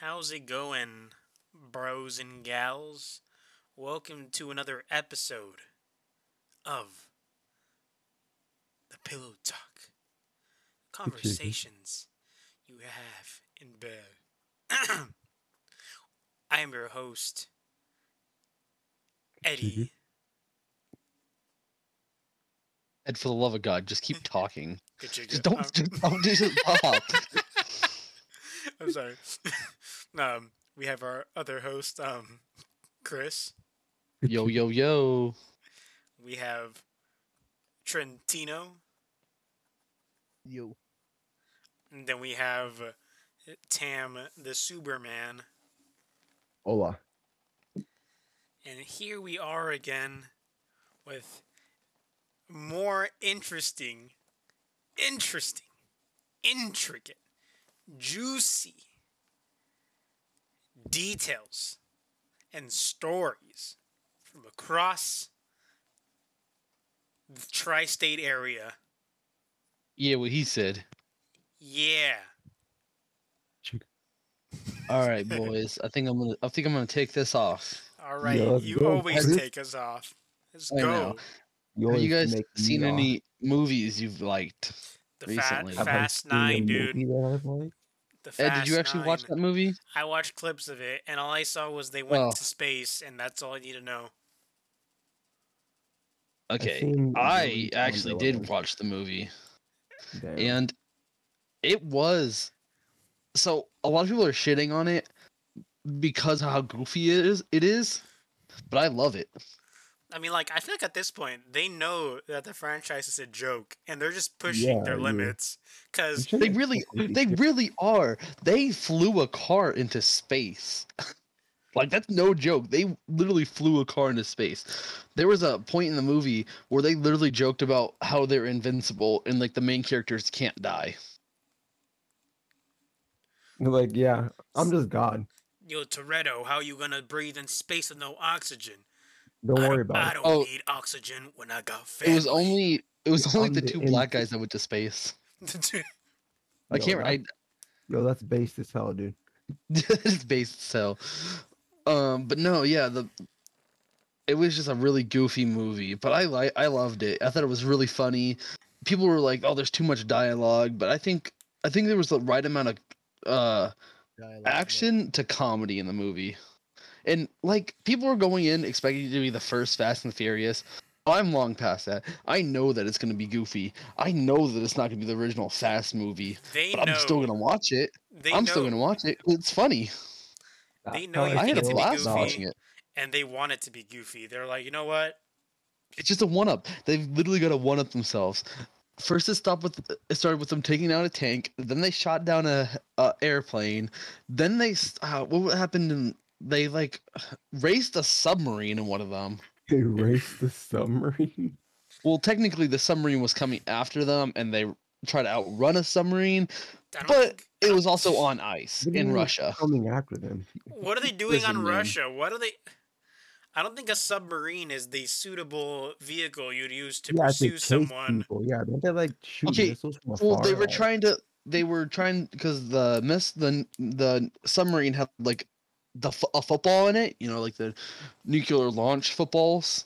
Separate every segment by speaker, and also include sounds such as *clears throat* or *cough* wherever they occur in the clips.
Speaker 1: How's it going, bros and gals? Welcome to another episode of the Pillow Talk Conversations you have in bed. *clears throat* I am your host, Eddie.
Speaker 2: And for the love of God,
Speaker 1: *laughs*
Speaker 2: just keep talking.
Speaker 1: Good you
Speaker 2: Just
Speaker 1: go-
Speaker 2: don't,
Speaker 1: I'm-
Speaker 2: just
Speaker 1: *laughs*
Speaker 2: don't, just stop.
Speaker 1: I'm sorry. *laughs* um, we have our other host, um, Chris.
Speaker 2: *laughs* yo, yo, yo.
Speaker 1: We have Trentino.
Speaker 2: Yo.
Speaker 1: And then we have uh, Tam the Superman.
Speaker 3: Hola.
Speaker 1: And here we are again with more interesting, interesting, intricate, juicy details and stories from across the tri state area.
Speaker 2: Yeah, what he said.
Speaker 1: Yeah.
Speaker 2: All right, boys. I think I'm gonna. I think I'm gonna take this off.
Speaker 1: All right.
Speaker 3: Yeah, let's
Speaker 1: you
Speaker 3: go,
Speaker 1: always
Speaker 3: Tiger.
Speaker 1: take us off. Let's
Speaker 2: I
Speaker 1: go.
Speaker 2: know. Have you guys seen
Speaker 3: uh,
Speaker 2: any movies you've liked?
Speaker 1: The fat,
Speaker 2: Recently. Have I
Speaker 1: Fast Nine, dude. The
Speaker 2: Ed,
Speaker 1: Fast
Speaker 2: did you actually watch
Speaker 1: Nine.
Speaker 2: that movie?
Speaker 1: I watched clips of it, and all I saw was they went
Speaker 2: Oh.
Speaker 1: to space, and that's all I need to know.
Speaker 2: Okay, I actually did watch the movie, and it was. So a lot of people are shitting on it because of how goofy it is. It is, but I love it.
Speaker 1: I mean, like, I feel like at this point, they know that the franchise is a joke, and they're just pushing
Speaker 3: Yeah,
Speaker 1: their
Speaker 3: yeah.
Speaker 1: limits. Because,
Speaker 2: They really, they really are. They flew a car into space. *laughs* like that's no joke. They literally flew a car into space. There was a point in the movie where they literally joked about how they're invincible and like the main characters can't die.
Speaker 3: Like, yeah, I'm just God.
Speaker 1: yo, Toretto, how you gonna breathe in space with no oxygen?
Speaker 3: Don't
Speaker 1: I
Speaker 3: worry
Speaker 1: I
Speaker 3: about it.
Speaker 1: don't
Speaker 2: Oh.
Speaker 1: need oxygen when I got family.
Speaker 2: It
Speaker 1: *laughs*
Speaker 2: was only, it was
Speaker 3: Yeah,
Speaker 2: only
Speaker 3: I'm
Speaker 2: the
Speaker 3: the
Speaker 2: two
Speaker 3: in-
Speaker 2: black guys that went to space. I
Speaker 3: Yo,
Speaker 2: can't. I
Speaker 3: that- Yo, that's based as hell, dude.
Speaker 2: *laughs* it's based so. Um, but no, yeah, the it was just a really goofy movie, but I like I loved it. I thought it was really funny. People were like, "Oh, there's too much dialogue," but I think I think there was the right amount of uh action to comedy in the movie. And like people were going in expecting it to be the first Fast and Furious. I'm long past that. I know that it's going to be goofy. I know that it's not going to be the original Fast movie,
Speaker 1: they
Speaker 2: but
Speaker 1: know.
Speaker 2: I'm still going to watch it.
Speaker 1: they
Speaker 2: I'm
Speaker 1: know,
Speaker 2: still going to watch it. It's funny.
Speaker 1: They
Speaker 3: That's
Speaker 1: know
Speaker 3: how
Speaker 1: you
Speaker 3: I
Speaker 2: I had a
Speaker 1: it's
Speaker 3: feel.
Speaker 1: gonna be
Speaker 2: blast watching it.
Speaker 1: and they want it to be goofy. They're like, you know what?
Speaker 2: It's just a one up. They've literally got a one up themselves. First, it stopped with it started with them taking down a tank. Then they shot down a, a airplane. Then they s- uh, what happened? In, they like raced a submarine in one of them.
Speaker 3: They erased the
Speaker 2: *laughs*
Speaker 3: submarine.
Speaker 2: Well, technically, the submarine was coming after them, and they tried to outrun a submarine,
Speaker 1: I don't
Speaker 2: but
Speaker 1: think-
Speaker 2: it was also on ice
Speaker 3: What do you
Speaker 2: in
Speaker 3: mean
Speaker 2: Russia.
Speaker 3: Coming after them.
Speaker 1: What are
Speaker 2: *laughs*
Speaker 1: they doing
Speaker 2: Listen,
Speaker 1: on
Speaker 2: man.
Speaker 1: Russia? What are they? *laughs* I don't think a submarine is the suitable vehicle you'd use to
Speaker 3: yeah, they
Speaker 1: pursue
Speaker 3: chase
Speaker 1: someone.
Speaker 3: people. Yeah, don't they like shoot
Speaker 2: Okay,
Speaker 3: missiles from
Speaker 2: Well, they
Speaker 3: afar,
Speaker 2: were
Speaker 3: like-
Speaker 2: trying to. They were trying because the miss the the submarine had like the f- a football in it. You know, like the nuclear launch footballs.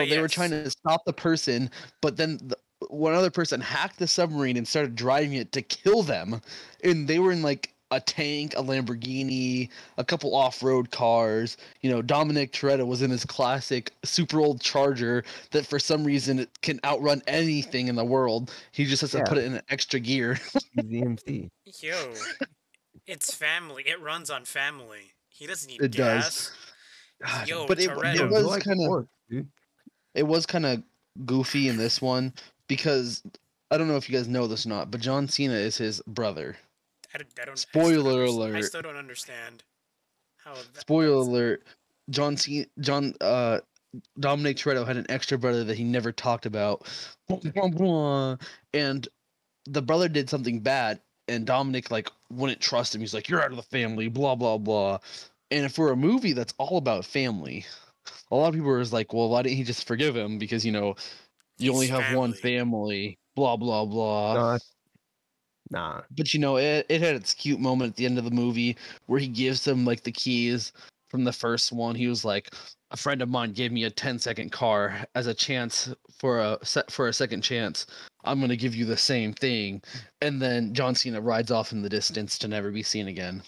Speaker 1: *laughs* Ah,
Speaker 2: they were
Speaker 1: yes.
Speaker 2: trying to stop the person, but then the, one other person hacked the submarine and started driving it to kill them, and they were in like a tank, a Lamborghini, a couple off-road cars. You know, Dominic Toretto was in his classic super old Charger that for some reason it can outrun anything in the world. He just has to
Speaker 3: Yeah.
Speaker 2: put it in an extra gear. *laughs*
Speaker 3: He's the MC.
Speaker 1: Yo, it's family. It runs on family. He doesn't need
Speaker 2: It
Speaker 1: gas.
Speaker 2: does. God,
Speaker 1: Yo,
Speaker 2: but it,
Speaker 1: Toretto.
Speaker 2: it
Speaker 1: Yo,
Speaker 3: Dude,
Speaker 2: was
Speaker 3: like
Speaker 2: kind of
Speaker 3: pork, dude.
Speaker 2: it was kind of goofy in this one because I don't know if you guys know this or not, but John Cena is his brother.
Speaker 1: I don't, I don't, I still don't
Speaker 2: Spoiler
Speaker 1: underst- I
Speaker 2: alert.
Speaker 1: still don't understand how. That,
Speaker 2: Spoiler alert: John C. John uh, Dominic Toretto had an extra brother that he never talked about, Blah, blah, blah. and the brother did something bad, and Dominic like wouldn't trust him. He's like, "You're out of the family," blah blah blah. And for a movie that's all about family, a lot of people were just like, "Well, why didn't he just forgive him?" Because you know, you
Speaker 1: He's
Speaker 2: only have one
Speaker 1: family.
Speaker 2: family. Blah blah blah.
Speaker 3: No, that's- Nah.
Speaker 2: But you know, it, it had its cute moment at the end of the movie where he gives them like the keys from the first one. He was like, "A friend of mine gave me a 10-second car as a chance for a set for a second chance. I'm gonna give you the same thing." And then John Cena rides off in the distance to never be seen again.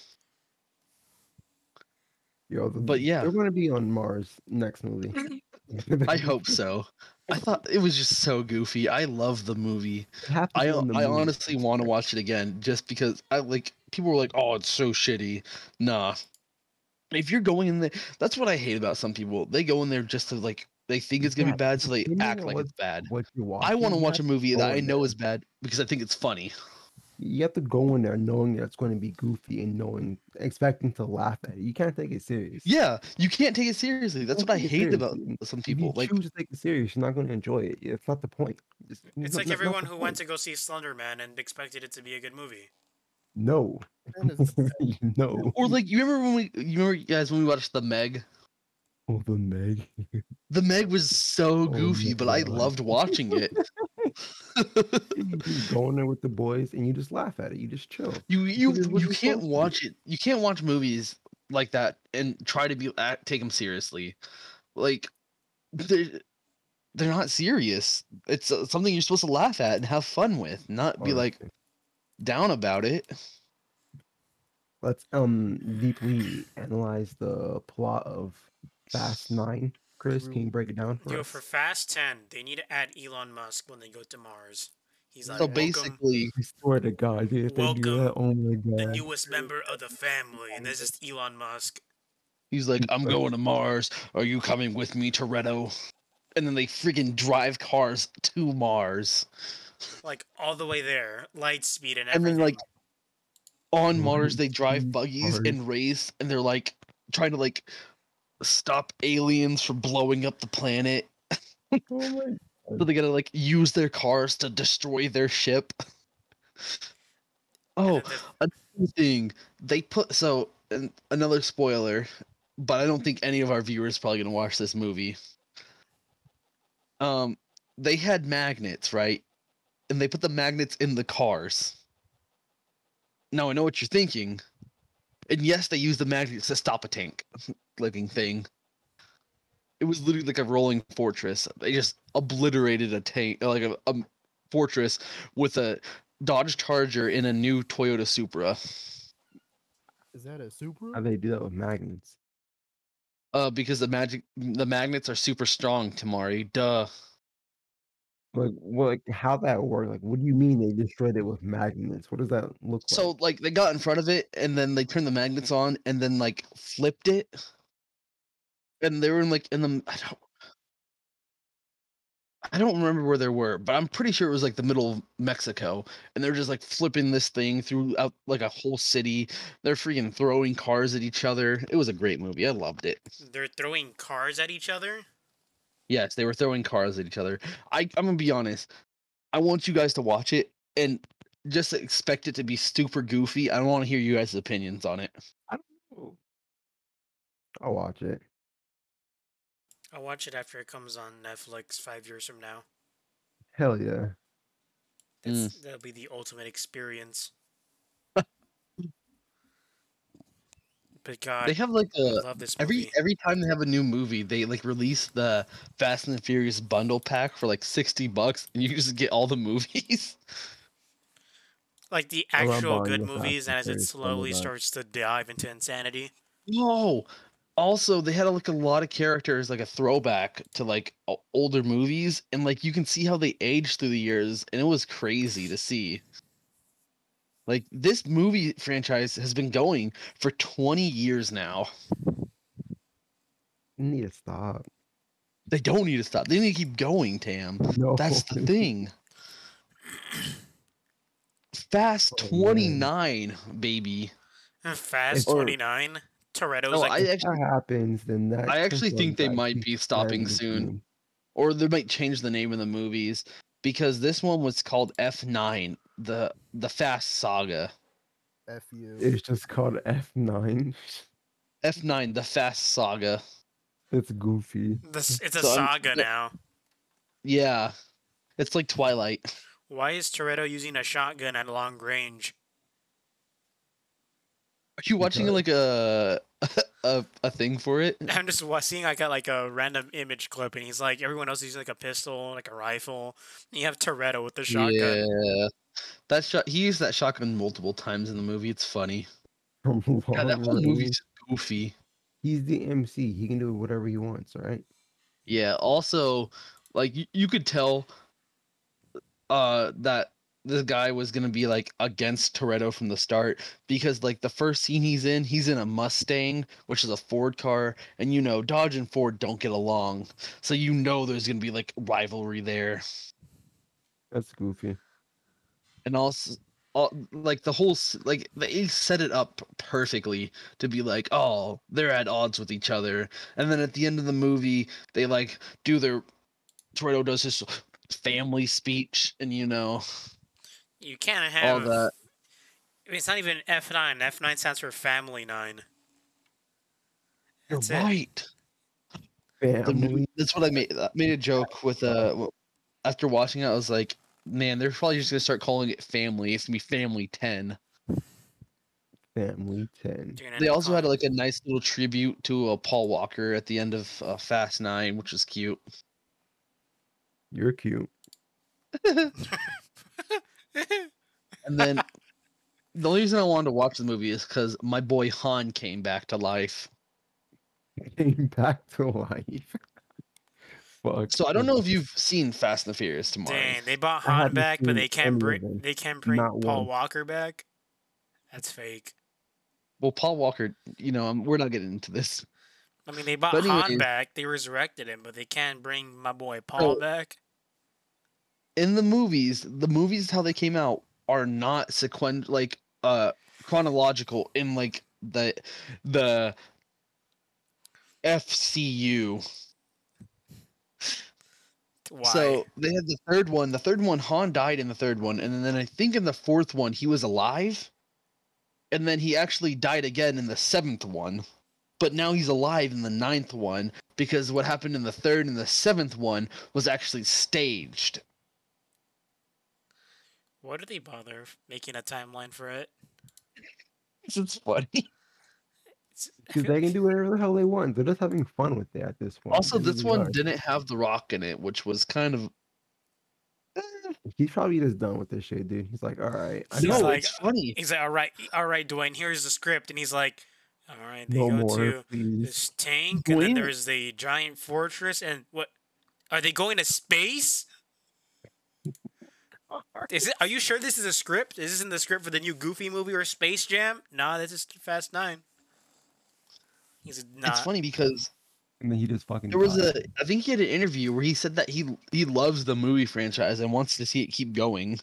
Speaker 3: Yo, th-
Speaker 2: But yeah.
Speaker 3: They're gonna be on Mars next movie.
Speaker 2: *laughs*
Speaker 3: *laughs*
Speaker 2: I hope so. I thought it was just so goofy. I love the movie. I
Speaker 3: I,
Speaker 2: I honestly want to watch it again just because I like people were like, "Oh, it's so shitty." Nah. If you're going in there, that's what I hate about some people. They go in there just to like they think it's gonna
Speaker 3: Yeah,
Speaker 2: be bad, so they
Speaker 3: depending
Speaker 2: act
Speaker 3: on
Speaker 2: like
Speaker 3: what-
Speaker 2: it's bad.
Speaker 3: What you watch?
Speaker 2: I want to watch a movie that
Speaker 3: go
Speaker 2: I
Speaker 3: in
Speaker 2: know is bad because I think it's funny.
Speaker 3: You have to go in there knowing that it's going to be goofy and knowing, expecting to laugh at it. You can't take it serious.
Speaker 2: Yeah, you can't take it seriously. That's
Speaker 3: Don't
Speaker 2: what I
Speaker 3: take it
Speaker 2: hate about
Speaker 3: seriously.
Speaker 2: some
Speaker 3: If you
Speaker 2: people. Like,
Speaker 3: choose to take it serious, you're not going to enjoy it. It's not the point. It's,
Speaker 2: *laughs*
Speaker 1: It's like everyone who went to go see Slender Man and expected it to be a good movie.
Speaker 3: No, *laughs*
Speaker 4: That is the
Speaker 1: *laughs*
Speaker 3: no.
Speaker 2: *laughs* or like you remember when we you remember guys when we watched The Meg.
Speaker 3: Oh, *laughs* the Meg.
Speaker 2: The Meg was
Speaker 3: Oh,
Speaker 2: so goofy,
Speaker 3: my
Speaker 2: but I
Speaker 3: God.
Speaker 2: loved watching it.
Speaker 3: you just go in there with the boys and you just laugh at it. You just chill.
Speaker 2: You you
Speaker 3: is what
Speaker 2: you
Speaker 3: you're supposed
Speaker 2: can't
Speaker 3: to do.
Speaker 2: watch it. You can't watch movies like that and try to be act, take them seriously. Like they they're not serious. It's uh, something you're supposed to laugh at and have fun with, not be like
Speaker 3: Honestly.
Speaker 2: down about it.
Speaker 3: let's um deeply analyze the plot of Fast Nine. Chris, can you break it down for
Speaker 1: Yo,
Speaker 3: us?
Speaker 1: for Fast 10, they need to add Elon Musk when they go to Mars. He's like,
Speaker 2: So
Speaker 1: "Welcome,
Speaker 2: basically,
Speaker 3: I swear to God, dude, if they do
Speaker 1: Welcome
Speaker 3: that, oh my
Speaker 1: the
Speaker 3: God.
Speaker 1: newest member of the family, and there's just Elon Musk.
Speaker 2: he's like, "I'm
Speaker 3: Right.
Speaker 2: going to Mars. Are you coming with me, Toretto?" And then they freaking drive cars to Mars,
Speaker 1: Like, all the way there, light speed and
Speaker 2: and
Speaker 1: everything.
Speaker 2: then like on
Speaker 3: Right
Speaker 2: Mars they
Speaker 3: to
Speaker 2: drive buggies and race, and they're like trying to like stop aliens from blowing up the planet.
Speaker 3: *laughs* Oh my
Speaker 2: So they gotta like use their cars to destroy their ship.
Speaker 1: and
Speaker 2: oh,
Speaker 1: then the-
Speaker 2: another thing they put so an, another spoiler, but I don't think any of our viewers probably gonna watch this movie. Um, they had magnets, right? And they put the magnets in the cars. Now I know what you're thinking, and yes, they used the magnets to stop a tank *laughs* looking thing. It was literally like a rolling fortress. They just obliterated a tank, like a, a fortress with a Dodge Charger in a new Toyota Supra.
Speaker 4: Is that a Supra?
Speaker 3: How they do that with magnets.
Speaker 2: Uh, because the magic, the magnets are super strong, Tamari. Duh.
Speaker 3: Like, what, like how that work? Like, what do you mean they destroyed it with magnets? What does that look
Speaker 2: So
Speaker 3: like?
Speaker 2: like they got in front of it and then they turned the magnets on and then like flipped it. And they were in like in the I don't I don't remember where they were, but I'm pretty sure it was like the middle of Mexico. And they're just like flipping this thing throughout like a whole city. They're freaking throwing cars at each other. It was a great movie. I loved it.
Speaker 1: they're throwing cars at each other.
Speaker 2: Yes, they were throwing cars at each other. I, I'm gonna be honest. I want you guys to watch it and just expect it to be super goofy. I don't want to hear you guys' opinions on it.
Speaker 3: So, I'll watch it.
Speaker 1: I'll watch it after it comes on Netflix five years from now.
Speaker 3: Hell yeah.
Speaker 1: That's,
Speaker 2: Mm.
Speaker 1: That'll be the ultimate
Speaker 2: *laughs*
Speaker 1: experience. but God,
Speaker 2: They have like
Speaker 1: I
Speaker 2: a
Speaker 1: love this movie.
Speaker 2: every every time they have a new movie, they like release the Fast and the Furious bundle pack for like sixty bucks, and you just get all the *laughs* movies. e
Speaker 1: like the
Speaker 3: I love
Speaker 1: actual
Speaker 3: buying
Speaker 1: good
Speaker 3: the Fast
Speaker 1: movies,
Speaker 3: and
Speaker 1: and as it
Speaker 3: Furious bundle
Speaker 1: slowly
Speaker 3: back.
Speaker 1: starts to dive into insanity. *laughs*
Speaker 2: No. Also, they had like a lot of characters, like a throwback to like o- older movies, and like you can see how they aged through the years, and it was crazy to see. Like this movie franchise has been going for 20 years now.
Speaker 3: You need to stop. *laughs*
Speaker 2: They don't need to stop. They need to keep going, Tam.
Speaker 3: No.
Speaker 2: That's
Speaker 3: *laughs*
Speaker 2: the thing. Fast
Speaker 3: Oh, man.
Speaker 2: 29, baby.
Speaker 1: Fast
Speaker 2: Or-
Speaker 1: twenty nine. Toretto's
Speaker 2: No,
Speaker 1: like
Speaker 2: I
Speaker 3: If
Speaker 2: actually
Speaker 3: that happens, then that.
Speaker 2: I actually
Speaker 3: confirms
Speaker 2: think they
Speaker 3: that
Speaker 2: might
Speaker 3: she's
Speaker 2: be stopping
Speaker 3: dead
Speaker 2: soon.
Speaker 3: soon.
Speaker 2: or they might change the name of the movies because this one was called F9, the the Fast Saga.
Speaker 4: F you.
Speaker 3: It's just called *laughs* F9.
Speaker 2: F9, the Fast Saga.
Speaker 3: It's goofy. *laughs*
Speaker 1: this. It's a
Speaker 2: *laughs* so I'm-
Speaker 1: saga
Speaker 2: yeah.
Speaker 1: now.
Speaker 2: Yeah. It's like Twilight.
Speaker 1: Why is Toretto using a shotgun at long range? *laughs*
Speaker 2: Are you watching
Speaker 3: Because-
Speaker 2: like a *laughs* a a thing for *laughs* it?
Speaker 1: I'm just wa- seeing I got like a random image clip, and he's like, everyone else is using like a pistol, like a rifle. And you have Toretto with the shotgun.
Speaker 2: Yeah, that shot. He used that shotgun multiple times in the movie. It's funny. God, that whole movie's goofy.
Speaker 3: He's the MC. He can do whatever he wants, all right?
Speaker 2: Yeah. Also, like you, you could tell, uh, that this guy was gonna be like against Toretto from the start because like the first scene he's in, he's in a Mustang, which is a Ford car, and you know Dodge and Ford don't get along, so you know there's gonna be like rivalry there.
Speaker 3: That's goofy.
Speaker 2: and also all, like the whole s- like they set it up perfectly to be like oh they're at odds with each other and then at the end of the movie they like do their Toretto does his family speech and you know
Speaker 1: You can't
Speaker 2: all
Speaker 1: have.
Speaker 2: that
Speaker 1: I mean, it's not even F9. F9 stands for Family Nine.
Speaker 2: you're
Speaker 1: That's it.
Speaker 2: right The
Speaker 3: Family.
Speaker 2: movie- that's what I made I made a joke with uh w- after watching it I was like man they're probably just gonna start calling it family it's gonna be family 10
Speaker 3: Family 10.
Speaker 1: They're gonna end
Speaker 2: they
Speaker 1: up
Speaker 2: also
Speaker 1: *laughs*
Speaker 2: had
Speaker 1: calling-
Speaker 2: like *laughs* a nice little tribute to uh, Paul Walker at the end of uh, Fast Nine, which was cute.
Speaker 3: You're cute. *laughs*
Speaker 2: And then the only reason I wanted to watch the movie is because my boy Han came back to life.
Speaker 3: Came back to life. *laughs* Fuck.
Speaker 2: So I don't know if you've seen Fast and the Furious tomorrow.
Speaker 1: Dang, they bought
Speaker 3: I
Speaker 1: Han
Speaker 3: haven't
Speaker 1: back, but
Speaker 3: seen
Speaker 1: they
Speaker 3: any
Speaker 1: can't
Speaker 3: of
Speaker 1: bring
Speaker 3: them.
Speaker 1: they can't bring
Speaker 3: Not
Speaker 1: Paul
Speaker 3: one.
Speaker 1: Walker back. That's fake.
Speaker 2: Well, Paul Walker, you know, um we're not getting into this.
Speaker 1: I mean, they bought
Speaker 2: But
Speaker 1: Han
Speaker 2: anyways-
Speaker 1: back. They resurrected him, but they can't bring my boy Paul
Speaker 2: So-
Speaker 1: back.
Speaker 2: In the movies, the movies how they came out are not sequen like uh chronological in like the the FCU.
Speaker 1: Why?
Speaker 2: So they had the third one. The third one, Han died in the third one, and then I think in the fourth one he was alive, and then he actually died again in the seventh one, but now he's alive in the ninth one because what happened in the third and the seventh one was actually staged.
Speaker 1: Why do they bother f- making a timeline for it?
Speaker 2: It's funny.
Speaker 1: It's- I
Speaker 3: Because
Speaker 1: feel
Speaker 3: they can
Speaker 1: like-
Speaker 3: do whatever the hell they want. They're just having fun with it at this point.
Speaker 2: Also,
Speaker 3: They
Speaker 2: this
Speaker 3: really
Speaker 2: one
Speaker 3: are.
Speaker 2: didn't have The Rock in it, which was kind of. Eh,
Speaker 3: He's probably just done with this shit, dude. He's like, all right. I
Speaker 1: He's
Speaker 2: no,
Speaker 3: got
Speaker 1: like,
Speaker 2: it's funny.
Speaker 1: *laughs* He's like, all right, e, all right, Dwayne. Here's the script, and he's like, all right, they
Speaker 3: no
Speaker 1: go
Speaker 3: more,
Speaker 1: to
Speaker 3: please.
Speaker 1: this tank, and then
Speaker 2: Dwayne-
Speaker 1: there's the giant fortress, and what? Are they going to space? Is it? Are you sure this is a script? Is this in the script for the new Goofy movie or Space Jam? Nah, this is Fast Nine. He's not.
Speaker 2: It's funny because
Speaker 3: And then he just fucking.
Speaker 2: There was
Speaker 3: died.
Speaker 2: a, I think he had an interview where he said that he he loves the movie franchise and wants to see it keep going.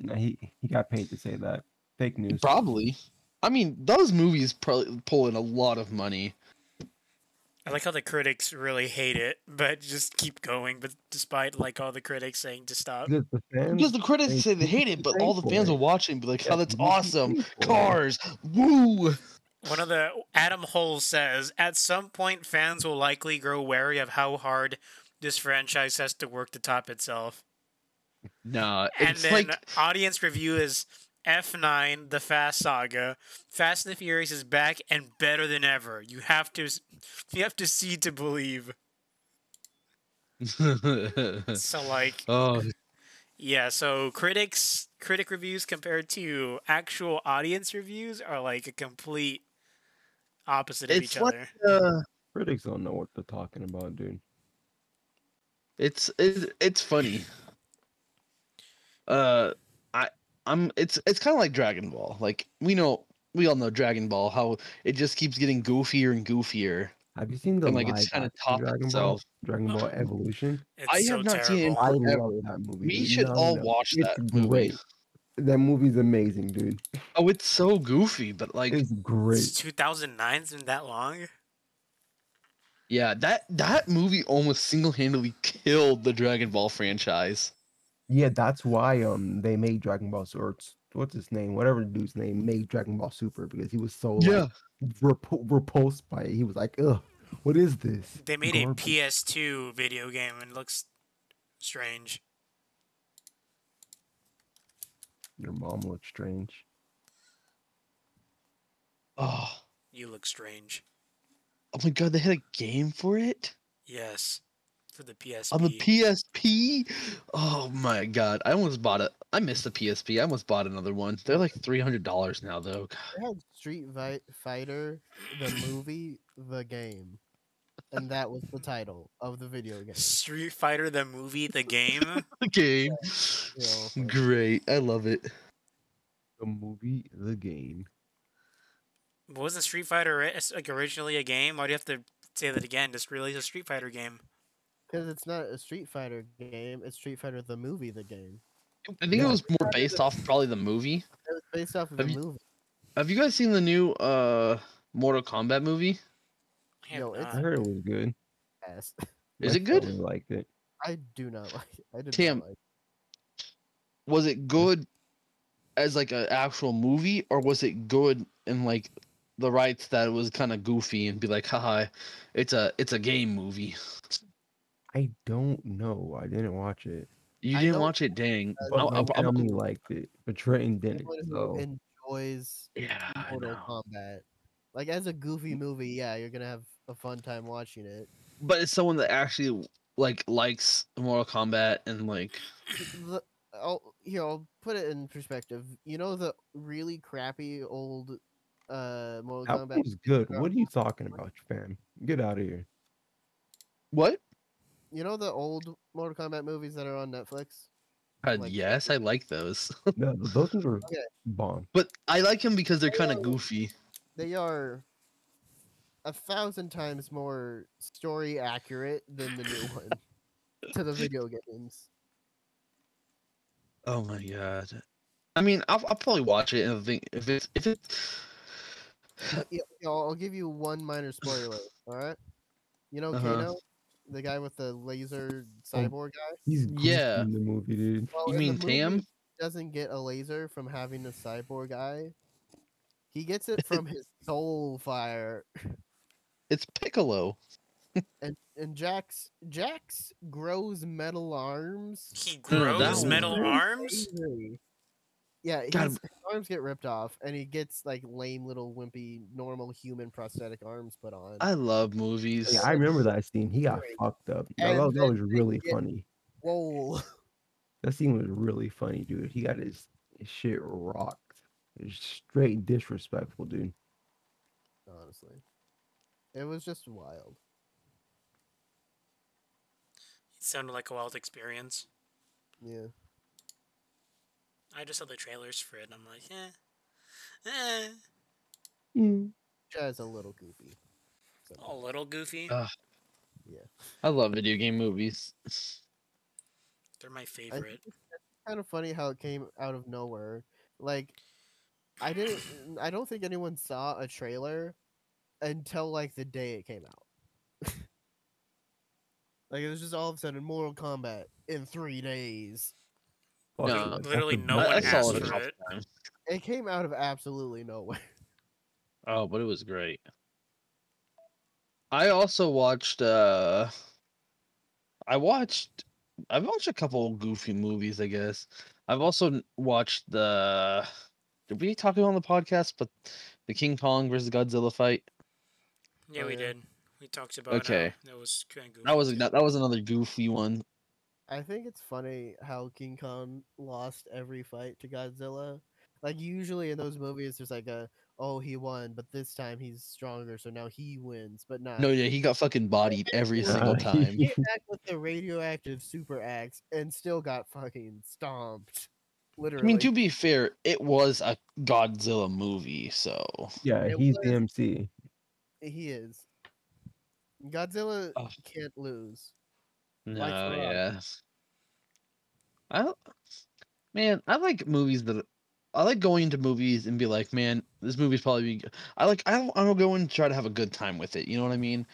Speaker 3: No, he he got paid to say that. Fake news.
Speaker 2: Probably, I mean, those movies probably pull in a lot of money.
Speaker 1: I like how the critics really hate it, but just keep going. But despite like all the critics saying to stop,
Speaker 3: Because the fans.
Speaker 2: Because the critics
Speaker 3: thank
Speaker 2: say they
Speaker 3: you,
Speaker 2: hate it, but
Speaker 3: thank
Speaker 2: all the fans
Speaker 3: you.
Speaker 2: will watch it and be like,
Speaker 3: Yeah, *laughs*
Speaker 2: "Oh, that's
Speaker 3: you can
Speaker 2: awesome!
Speaker 3: pay for it.
Speaker 2: Cars, woo!"
Speaker 1: one of the Adam Hole says at some point fans will likely grow wary of how hard this franchise has to work to top itself.
Speaker 2: Nah,
Speaker 1: And
Speaker 2: it's
Speaker 1: then
Speaker 2: like *laughs*
Speaker 1: audience review is F9, the Fast Saga. Fast and the Furious is back and better than ever. You have to s- you have to see to believe. So like
Speaker 2: oh,
Speaker 1: yeah, so critics critic reviews compared to actual audience reviews are like a complete opposite of
Speaker 2: It's
Speaker 1: each
Speaker 2: like-
Speaker 1: other.
Speaker 2: uh,
Speaker 3: Critics don't know what they're talking about, dude.
Speaker 2: it's it, it's funny. Uh, I I'm it's it's kind of like Dragon Ball. Like we know we all know Dragon Ball how it just keeps getting goofier and goofier,
Speaker 3: Have you seen the
Speaker 2: and like
Speaker 3: live
Speaker 2: it's kind of
Speaker 3: action
Speaker 2: topped
Speaker 3: Dragon Ball?
Speaker 2: itself.
Speaker 3: Dragon
Speaker 2: *gasps*
Speaker 3: Ball Evolution?
Speaker 1: It's
Speaker 2: I
Speaker 1: so
Speaker 2: have not
Speaker 1: terrible.
Speaker 2: seen
Speaker 3: I
Speaker 2: Ev-
Speaker 3: love that movie.
Speaker 2: We
Speaker 3: dude.
Speaker 2: should
Speaker 3: No,
Speaker 2: all
Speaker 3: no.
Speaker 2: watch
Speaker 3: it's
Speaker 2: that movie.
Speaker 3: Great. That movie's amazing, dude.
Speaker 2: Oh, it's so goofy, but like
Speaker 3: It's
Speaker 1: It's
Speaker 3: great.
Speaker 1: 2009's been that long.
Speaker 2: yeah, that that movie almost single handedly killed the Dragon Ball franchise.
Speaker 3: Yeah, that's why um they made Dragon Ball Swords. What's his name? Whatever the dude's name made Dragon Ball Super because he was so like, repu- repulsed by it. He was like, ugh, what is this?
Speaker 1: They made
Speaker 3: Garbage.
Speaker 1: a PS2 video game and it looks strange.
Speaker 3: Your mom looks strange.
Speaker 2: Oh,
Speaker 1: You look strange.
Speaker 2: oh my god, they had a game for it
Speaker 1: Yes, for the PSP.
Speaker 2: on the PSP. Oh my god, I almost bought it. I missed the PSP. I almost bought another one. They're like three hundred dollars now though. *laughs* God,
Speaker 4: They had Street Vi- Fighter, the movie, the game, and that was the title of the video game.
Speaker 1: Street Fighter the movie, the
Speaker 2: *laughs*
Speaker 1: game.
Speaker 2: The game,
Speaker 4: Yeah.
Speaker 2: great. I love it.
Speaker 3: The movie, the game.
Speaker 1: Wasn't Street Fighter ri- s- like originally a game? Why do you have to say that again? Just release a Street Fighter game.
Speaker 4: Because it's not a Street Fighter game; it's Street Fighter the movie, the game.
Speaker 2: I think
Speaker 3: Yeah.
Speaker 2: it was more based off probably the movie.
Speaker 4: It was based off of
Speaker 2: Have
Speaker 4: a
Speaker 2: you-
Speaker 4: movie.
Speaker 2: Have you guys seen the new uh Mortal Kombat movie?
Speaker 1: I have
Speaker 4: No, it's-
Speaker 3: I
Speaker 1: not.
Speaker 3: heard it was good.
Speaker 4: Yes. *laughs*
Speaker 2: Is
Speaker 3: I
Speaker 2: it good?
Speaker 3: probably liked it.
Speaker 4: I do not like. I did
Speaker 2: Tim,
Speaker 4: not like.
Speaker 2: Was it good as like an actual movie, or was it good in like the rights that it was kind of goofy and be like, haha, it's a it's a game movie.
Speaker 3: I don't know. I didn't watch it.
Speaker 2: You
Speaker 4: I
Speaker 2: didn't
Speaker 4: know-
Speaker 2: watch it, dang.
Speaker 3: But
Speaker 2: I'll-
Speaker 3: my
Speaker 2: I'll-
Speaker 4: um,
Speaker 2: I'll-
Speaker 3: family liked it, but Trenton didn't.
Speaker 4: Anyone
Speaker 3: So
Speaker 4: who enjoys
Speaker 2: yeah, Ah, I
Speaker 4: Mortal
Speaker 2: know. Mm.
Speaker 4: Kombat, like as a goofy movie, yeah, you're gonna have a fun time watching it.
Speaker 2: but it's someone that actually like likes Mortal Kombat and like
Speaker 4: the, I'll here I'll put it in perspective. You know the really crappy old uh Mortal
Speaker 3: that
Speaker 4: Kombat.
Speaker 3: was good. What are you talking
Speaker 4: Mortal
Speaker 3: about, fam? Get out of here.
Speaker 2: what?
Speaker 4: You know the old Mortal Kombat movies that are on Netflix.
Speaker 2: Uh,
Speaker 4: Like-
Speaker 2: yes, I like those, *laughs*
Speaker 3: No, those ones were
Speaker 4: Okay.
Speaker 3: bomb.
Speaker 2: but I like him because they're kind of
Speaker 4: know.
Speaker 2: goofy.
Speaker 4: They are a thousand times more story accurate than the new one to the
Speaker 2: *laughs*
Speaker 4: video games.
Speaker 2: Oh my god. I mean, I'll, I'll probably watch it and think if it's if it's
Speaker 4: Yeah, I'll I'll give you one minor spoiler. All right, you know
Speaker 2: Uh-huh.
Speaker 4: Kano, the guy with the laser cyborg guy.
Speaker 3: He's goofy
Speaker 2: Yeah.
Speaker 3: in the movie, dude.
Speaker 4: Well,
Speaker 2: you
Speaker 4: Oh, in the
Speaker 2: mean
Speaker 4: movie,
Speaker 2: Tam?
Speaker 4: doesn't get a laser from having a cyborg eye. He gets it
Speaker 2: *laughs*
Speaker 4: from his soul fire.
Speaker 2: It's Piccolo.
Speaker 4: And and Jax Jax grows metal arms.
Speaker 1: He
Speaker 2: *laughs* No, no, that
Speaker 1: grows
Speaker 2: one-
Speaker 1: metal
Speaker 4: Pretty
Speaker 1: arms.
Speaker 4: crazy. Yeah, his,
Speaker 2: God.
Speaker 4: his arms get ripped off, and he gets like lame little wimpy normal human prosthetic arms put on.
Speaker 2: I love movies.
Speaker 3: Yeah, I remember that scene. He got
Speaker 4: Great.
Speaker 3: fucked up. That, that
Speaker 4: And
Speaker 3: was, that
Speaker 4: then
Speaker 3: was really
Speaker 4: get-
Speaker 3: funny.
Speaker 4: Whoa! *laughs*
Speaker 3: That scene was really funny, dude. He got his, his shit rocked. It was straight disrespectful, dude.
Speaker 4: Honestly, it was just wild.
Speaker 1: It sounded like a wild experience.
Speaker 4: Yeah.
Speaker 1: I just saw the trailers for it, and I'm like, eh, eh,
Speaker 4: Jazz a little goofy. So,
Speaker 1: a little goofy.
Speaker 2: Uh, I love video game movies.
Speaker 1: They're my
Speaker 4: I think
Speaker 1: favorite.
Speaker 4: it's kind of funny how it came out of nowhere. Like, I didn't. I don't think anyone saw a trailer until like the day it came out. *laughs* like it was just all of a sudden Mortal Kombat in three days.
Speaker 3: Fuck
Speaker 2: No,
Speaker 3: yeah, that's
Speaker 1: literally
Speaker 3: the
Speaker 1: no
Speaker 2: I,
Speaker 3: best
Speaker 1: one
Speaker 2: I
Speaker 3: one.
Speaker 1: asked
Speaker 2: saw it a
Speaker 1: for
Speaker 2: couple
Speaker 1: it.
Speaker 2: times.
Speaker 4: It came out of absolutely nowhere. *laughs*
Speaker 2: Oh, but it was great. I also watched uh I watched I've watched a couple goofy movies, I guess. I've also n- watched the did we talk about it on the podcast but the King Kong versus Godzilla fight?
Speaker 1: Yeah,
Speaker 4: Oh,
Speaker 1: we
Speaker 4: yeah.
Speaker 1: did. We talked about.
Speaker 2: Okay.
Speaker 1: Uh, that was kind of goofy.
Speaker 2: That was a- that was another goofy one.
Speaker 4: I think it's funny how King Kong lost every fight to Godzilla. Like usually in those movies, there's like a oh he won, but this time he's stronger, so now he wins. But not
Speaker 2: No, yeah, he got fucking bodied every *laughs*
Speaker 4: Yeah.
Speaker 2: single time.
Speaker 4: came back with the radioactive super axe and still got fucking stomped.
Speaker 2: I
Speaker 4: Literally.
Speaker 2: mean, to be fair, it was a Godzilla movie, so
Speaker 3: Yeah,
Speaker 4: It
Speaker 3: he's
Speaker 4: was-
Speaker 3: the MC.
Speaker 4: he is. Godzilla
Speaker 2: Oh.
Speaker 4: can't lose.
Speaker 2: no,
Speaker 4: for us.
Speaker 2: yeah. I don't- man, I like movies that I like going to movies and be like, man, this movie's probably. Be, I like I don't I don't go in and try to have a good time with it. You know what I mean?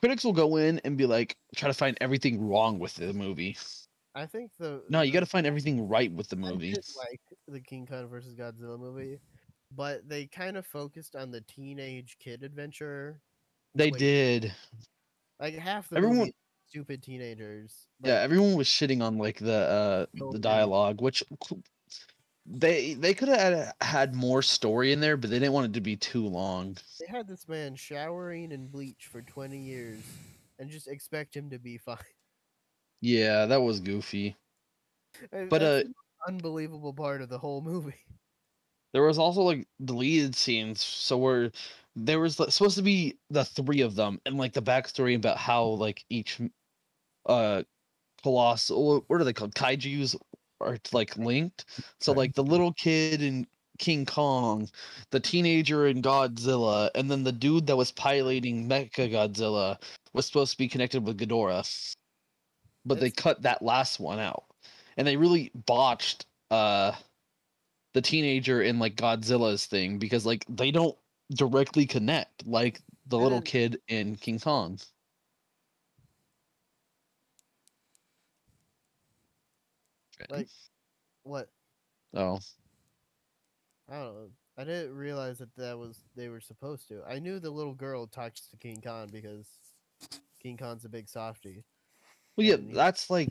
Speaker 2: Critics will go in and be like, try to find everything wrong with the movie.
Speaker 4: I think the
Speaker 2: No, you
Speaker 4: the-
Speaker 2: got to find everything right with the
Speaker 4: I
Speaker 2: movie.
Speaker 4: did like the King Kong versus Godzilla movie, but they kind of focused on the teenage kid adventure.
Speaker 2: They
Speaker 4: like-
Speaker 2: did.
Speaker 4: Like half the
Speaker 2: Everyone-
Speaker 4: movie stupid teenagers.
Speaker 2: yeah,
Speaker 4: Like,
Speaker 2: everyone was shitting on like the uh
Speaker 4: So
Speaker 2: the
Speaker 4: many.
Speaker 2: dialogue, which cl- they they could have had more story in there, but they didn't want it to be too long.
Speaker 4: they had this man showering in bleach for 20 years and just expect him to be fine. *laughs*
Speaker 2: Yeah, that was goofy.
Speaker 4: And
Speaker 2: But,
Speaker 4: that's
Speaker 2: uh,
Speaker 4: the most unbelievable part of the whole movie. *laughs*
Speaker 2: There was also like deleted scenes, so where there was like, supposed to be the three of them and like the backstory about how like each m- uh colossal what are they called kaiju's are like linked. So
Speaker 3: Okay.
Speaker 2: like the little kid in King Kong, the teenager in Godzilla, and then the dude that was piloting Mecha Godzilla was supposed to be connected with Ghidorah, but they
Speaker 4: That's-
Speaker 2: cut that last one out, and they really botched uh the teenager in like Godzilla's thing because like they don't directly connect like the little
Speaker 4: And-
Speaker 2: kid in King Kong.
Speaker 4: Like- What?
Speaker 2: oh
Speaker 4: I don't know. Oh, I didn't realize that that was they were supposed to. I knew the little girl talks to King Khan because King Khan's a big softie.
Speaker 2: Well, yeah,
Speaker 4: and he-
Speaker 2: that's like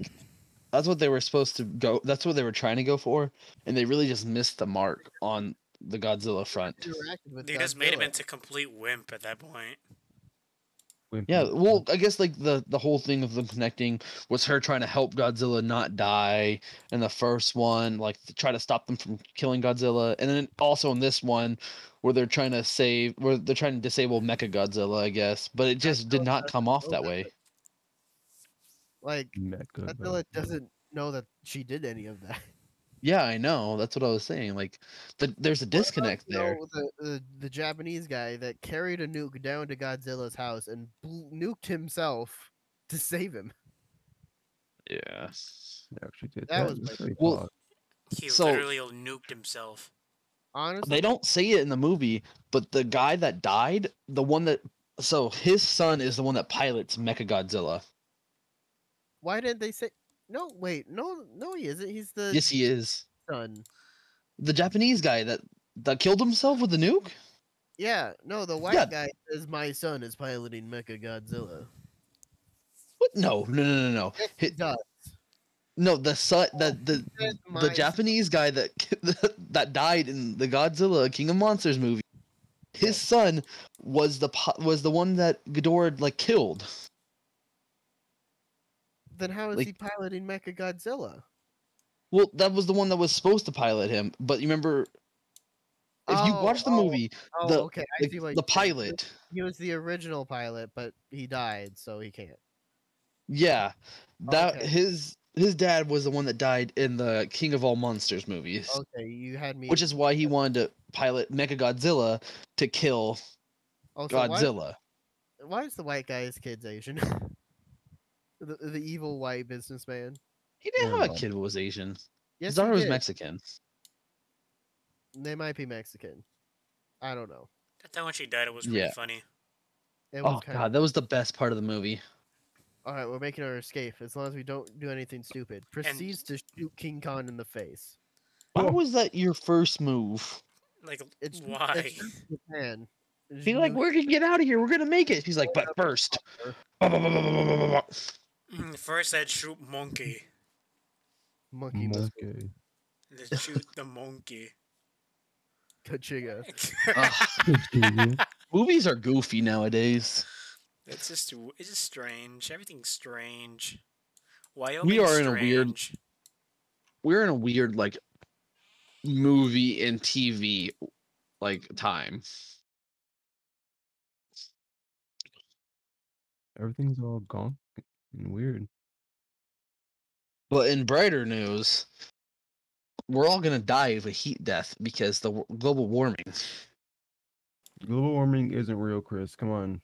Speaker 2: that's what they were supposed to go. That's what they were trying to go for, and they really just missed the mark on the Godzilla front.
Speaker 4: Interacted with
Speaker 1: They just made him
Speaker 4: Godzilla.
Speaker 1: into complete wimp at that point.
Speaker 3: Wimpy.
Speaker 2: Yeah, well, I guess like the the whole thing of them connecting was her trying to help Godzilla not die in the first one, like to try to stop them from killing Godzilla, and then also in this one where they're trying to save, where they're trying to disable Mecha Godzilla, I guess, but it just did
Speaker 4: Godzilla
Speaker 2: not come off
Speaker 4: know
Speaker 2: that
Speaker 4: that.
Speaker 2: way.
Speaker 4: like
Speaker 2: uh,
Speaker 3: Mecha
Speaker 4: Godzilla
Speaker 3: Godzilla.
Speaker 4: doesn't know that she did any of that.
Speaker 2: Yeah, I know. That's what I was saying. Like, the, there's a *laughs* disconnect
Speaker 4: No,
Speaker 2: there.
Speaker 4: the, the the Japanese guy that carried a nuke down to Godzilla's house and bl- nuked himself to save him.
Speaker 2: Yeah.
Speaker 3: They actually did
Speaker 4: That was
Speaker 3: That's
Speaker 4: my-
Speaker 3: pretty
Speaker 2: Well,
Speaker 3: odd.
Speaker 1: He
Speaker 2: So-
Speaker 1: literally nuked himself.
Speaker 4: Honestly,
Speaker 2: they don't say it in the movie, but the guy that died, the one that so his son is the one that pilots Mechagodzilla.
Speaker 4: why didn't they say? No, wait, no, no, he isn't. He's the
Speaker 2: Yes, he is.
Speaker 4: son.
Speaker 2: The Japanese guy that that killed himself with the nuke?
Speaker 4: Yeah, no, the white
Speaker 2: Yeah.
Speaker 4: guy says my son is piloting Mecha Godzilla.
Speaker 2: What? No, no, no, no, no.
Speaker 4: He
Speaker 2: Hit-
Speaker 4: does.
Speaker 2: No, the son, the the
Speaker 4: Says my
Speaker 2: the Japanese guy that that *laughs* died in the Godzilla King of Monsters movie. His son was the pi- was the one that Ghidorah like killed.
Speaker 4: Then how is
Speaker 2: like-
Speaker 4: he piloting Mecha Godzilla?
Speaker 2: Well, that was the one that was supposed to pilot him, but you remember if you
Speaker 4: Oh,
Speaker 2: watch the
Speaker 4: oh,
Speaker 2: movie,
Speaker 4: Oh,
Speaker 2: the-
Speaker 4: okay. I
Speaker 2: the,
Speaker 4: see
Speaker 2: the
Speaker 4: what you're saying.
Speaker 2: pilot.
Speaker 4: He was the original pilot, but he died, so he can't.
Speaker 2: Yeah, that
Speaker 4: Oh, Okay.
Speaker 2: his his dad was the one that died in the King of All Monsters movies,
Speaker 4: Okay, you had me.
Speaker 2: which is why he wanted to pilot Mecha Godzilla to kill
Speaker 4: also, why-
Speaker 2: Godzilla.
Speaker 4: Why, is the white guy's kid's Asian? *laughs* the, the evil white businessman.
Speaker 2: He didn't have a
Speaker 3: Wow.
Speaker 2: kid who was Asian.
Speaker 4: Yes,
Speaker 2: his
Speaker 4: he
Speaker 2: daughter was
Speaker 4: did.
Speaker 2: Mexican.
Speaker 4: They might be Mexican. I don't know.
Speaker 1: That time when she died, it was really
Speaker 2: Yeah.
Speaker 1: funny.
Speaker 4: It
Speaker 2: Oh
Speaker 4: was kind
Speaker 2: god, that was the best part of the movie.
Speaker 4: All right, we're making our escape as long as we don't do anything stupid. Proceeds to shoot King Kong in the face.
Speaker 2: Why
Speaker 3: Whoa.
Speaker 2: was that your first move?
Speaker 1: Like,
Speaker 4: It's
Speaker 1: why?
Speaker 4: It's just Japan. There's
Speaker 2: She's like,
Speaker 4: no
Speaker 2: "We're gonna get out of here. We're gonna make it." She's like, "But first, blah, blah, blah, blah, blah, blah, blah, blah."
Speaker 1: Mm, First, I'd shoot monkey.
Speaker 4: monkey
Speaker 2: Mm.
Speaker 4: must be
Speaker 3: Monkey.
Speaker 1: Let's shoot the monkey.
Speaker 2: *laughs*
Speaker 4: Kachinga. *laughs*
Speaker 2: Ugh, movies are goofy nowadays.
Speaker 1: *laughs* It's just w- it's just strange. Everything's strange. Wyoming.
Speaker 2: We are in a weird-
Speaker 1: strange.
Speaker 2: we're in a weird like movie and TV like time.
Speaker 3: Everything's all gone and weird.
Speaker 2: But in brighter news, we're all gonna die of a heat death because the w- global warming.
Speaker 3: Global warming isn't real, Chris. Come on.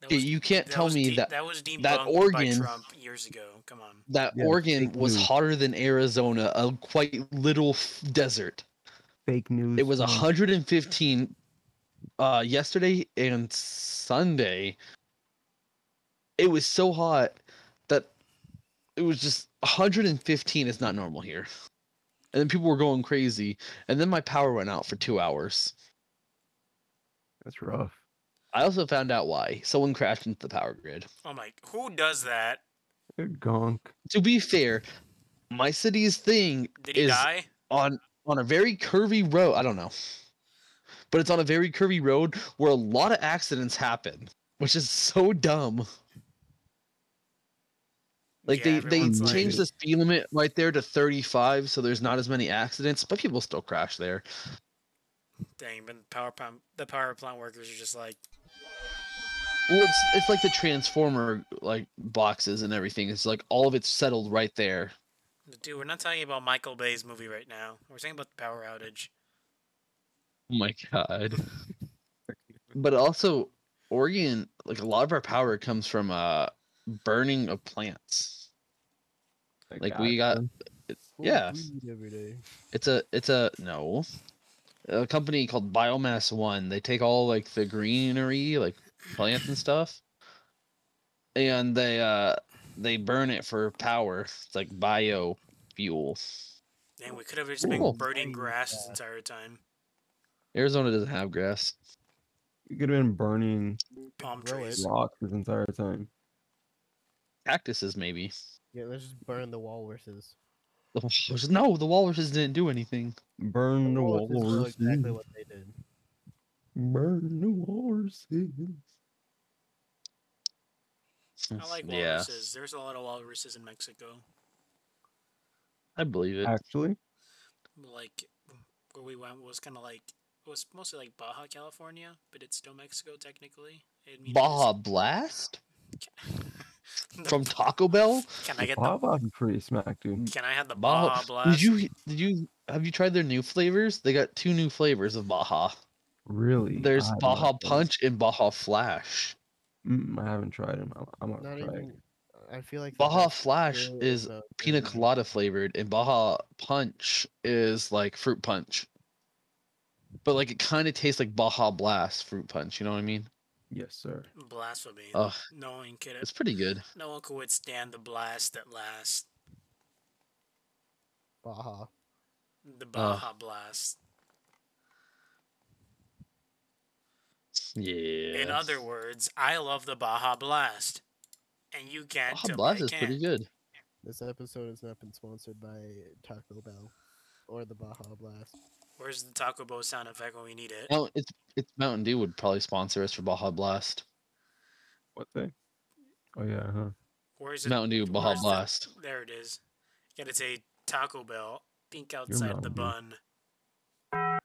Speaker 1: That
Speaker 2: Okay,
Speaker 1: was-
Speaker 2: You can't
Speaker 1: that
Speaker 2: tell
Speaker 1: was
Speaker 2: me
Speaker 1: de-
Speaker 2: that
Speaker 1: that was debunked by
Speaker 2: Oregon-
Speaker 1: Trump years ago. Come on.
Speaker 2: that
Speaker 3: Yeah,
Speaker 2: Oregon
Speaker 3: fake
Speaker 2: was
Speaker 3: news.
Speaker 2: hotter than Arizona, a quite little f- desert.
Speaker 3: Fake news.
Speaker 2: It was
Speaker 3: a
Speaker 2: 115 uh yesterday and Sunday. It was so hot that it was just 115 is not normal here. And then people were going crazy and then my power went out for 2 hours.
Speaker 3: That's rough.
Speaker 2: I also found out why someone crashed into the power grid.
Speaker 1: Oh my, who does that?
Speaker 3: Gonk.
Speaker 2: To be fair, my city's thing
Speaker 1: Did he
Speaker 2: Is-
Speaker 1: die?
Speaker 2: on on a very curvy road. I don't know, but it's on a very curvy road where a lot of accidents happen, which is so dumb. Like
Speaker 1: Yeah,
Speaker 2: they they
Speaker 1: everyone's
Speaker 3: like-
Speaker 2: changed the speed limit right there to 35, so there's not as many accidents, but people still crash there.
Speaker 1: Dang, but the power plant, the power plant workers are just like,
Speaker 2: Well, it's it's like the transformer like boxes and everything. It's like all of it's settled right there.
Speaker 1: dude, we're not talking about Michael Bay's movie right now. We're talking about the power outage.
Speaker 2: Oh my god. but also Oregon, like a lot of our power comes from uh burning of plants. Like we got
Speaker 4: Smoke
Speaker 2: Yeah.
Speaker 4: weed every day.
Speaker 2: it's a it's a no. A company called Biomass One. They take all like the greenery, like plants and stuff. And they uh they burn it for power. It's like biofuel.
Speaker 1: Dang, we could have just been
Speaker 2: Cool.
Speaker 1: burning
Speaker 4: Dang,
Speaker 1: grass this
Speaker 4: yeah.
Speaker 1: entire time.
Speaker 2: Arizona doesn't have grass.
Speaker 3: You could have been burning
Speaker 1: Palm
Speaker 4: grow it.
Speaker 1: trees.
Speaker 3: rocks this entire time.
Speaker 2: Cactuses maybe.
Speaker 4: Yeah, let's just burn the walruses.
Speaker 2: The walruses- No, the walruses didn't do anything.
Speaker 3: Burn the
Speaker 4: walruses know
Speaker 3: walruses.
Speaker 4: exactly what they did.
Speaker 3: Burn the walruses.
Speaker 1: I like
Speaker 2: Yeah.
Speaker 1: walruses. There's a lot of walruses in Mexico.
Speaker 2: I believe it.
Speaker 3: Actually,
Speaker 1: Like where we went was kind of like it was mostly like Baja California, but it's still Mexico technically. I mean, it's- *laughs*
Speaker 2: Baja Blast
Speaker 1: The
Speaker 2: from
Speaker 1: Ba-
Speaker 2: Taco Bell.
Speaker 1: Can I get the?
Speaker 3: Baja is pretty smack, dude.
Speaker 1: Can I have the Baja,
Speaker 2: Baja.
Speaker 1: Blast?
Speaker 2: Did you did you have you tried their new flavors? They got two new flavors of Baja.
Speaker 3: Really?
Speaker 2: There's
Speaker 3: I have
Speaker 2: Baja
Speaker 3: not tried-
Speaker 2: Punch and Baja Flash.
Speaker 3: Mm, I haven't tried them. I'm not,
Speaker 4: Not
Speaker 3: trying.
Speaker 4: even. I feel like the
Speaker 2: Baja
Speaker 4: best
Speaker 2: Flash
Speaker 4: cereal
Speaker 2: is
Speaker 4: about
Speaker 2: Pina
Speaker 4: them-
Speaker 2: colada flavored, and Baja Punch is like fruit punch. But like it kind of tastes like Baja Blast fruit punch. You know what I mean?
Speaker 3: Yes, sir.
Speaker 1: Blasphemy.
Speaker 2: Ugh,
Speaker 1: no one could.
Speaker 2: Uh, it's pretty good.
Speaker 1: No one could withstand the blast that lasts.
Speaker 4: Baja.
Speaker 1: The
Speaker 2: Uh.
Speaker 1: Baja Blast.
Speaker 2: Yeah.
Speaker 1: In other words, I love the Baja Blast, and you can't.
Speaker 2: Baja
Speaker 1: tell me
Speaker 2: Blast
Speaker 1: I
Speaker 2: is pretty
Speaker 1: can't.
Speaker 2: good.
Speaker 4: This episode has not been sponsored by Taco Bell or the Baja Blast.
Speaker 1: Where's the Taco Bell sound effect when we need it?
Speaker 2: Mount, it's it's Mountain Dew would probably sponsor us for Baja Blast.
Speaker 3: What thing? Oh yeah, *laughs* huh?
Speaker 1: Where's it?
Speaker 2: Mountain Dew Baja
Speaker 1: where's the-
Speaker 2: Blast.
Speaker 1: There it is. Gotta say Taco Bell. Pink
Speaker 3: not
Speaker 1: outside the
Speaker 3: me.
Speaker 1: bun.
Speaker 2: *laughs*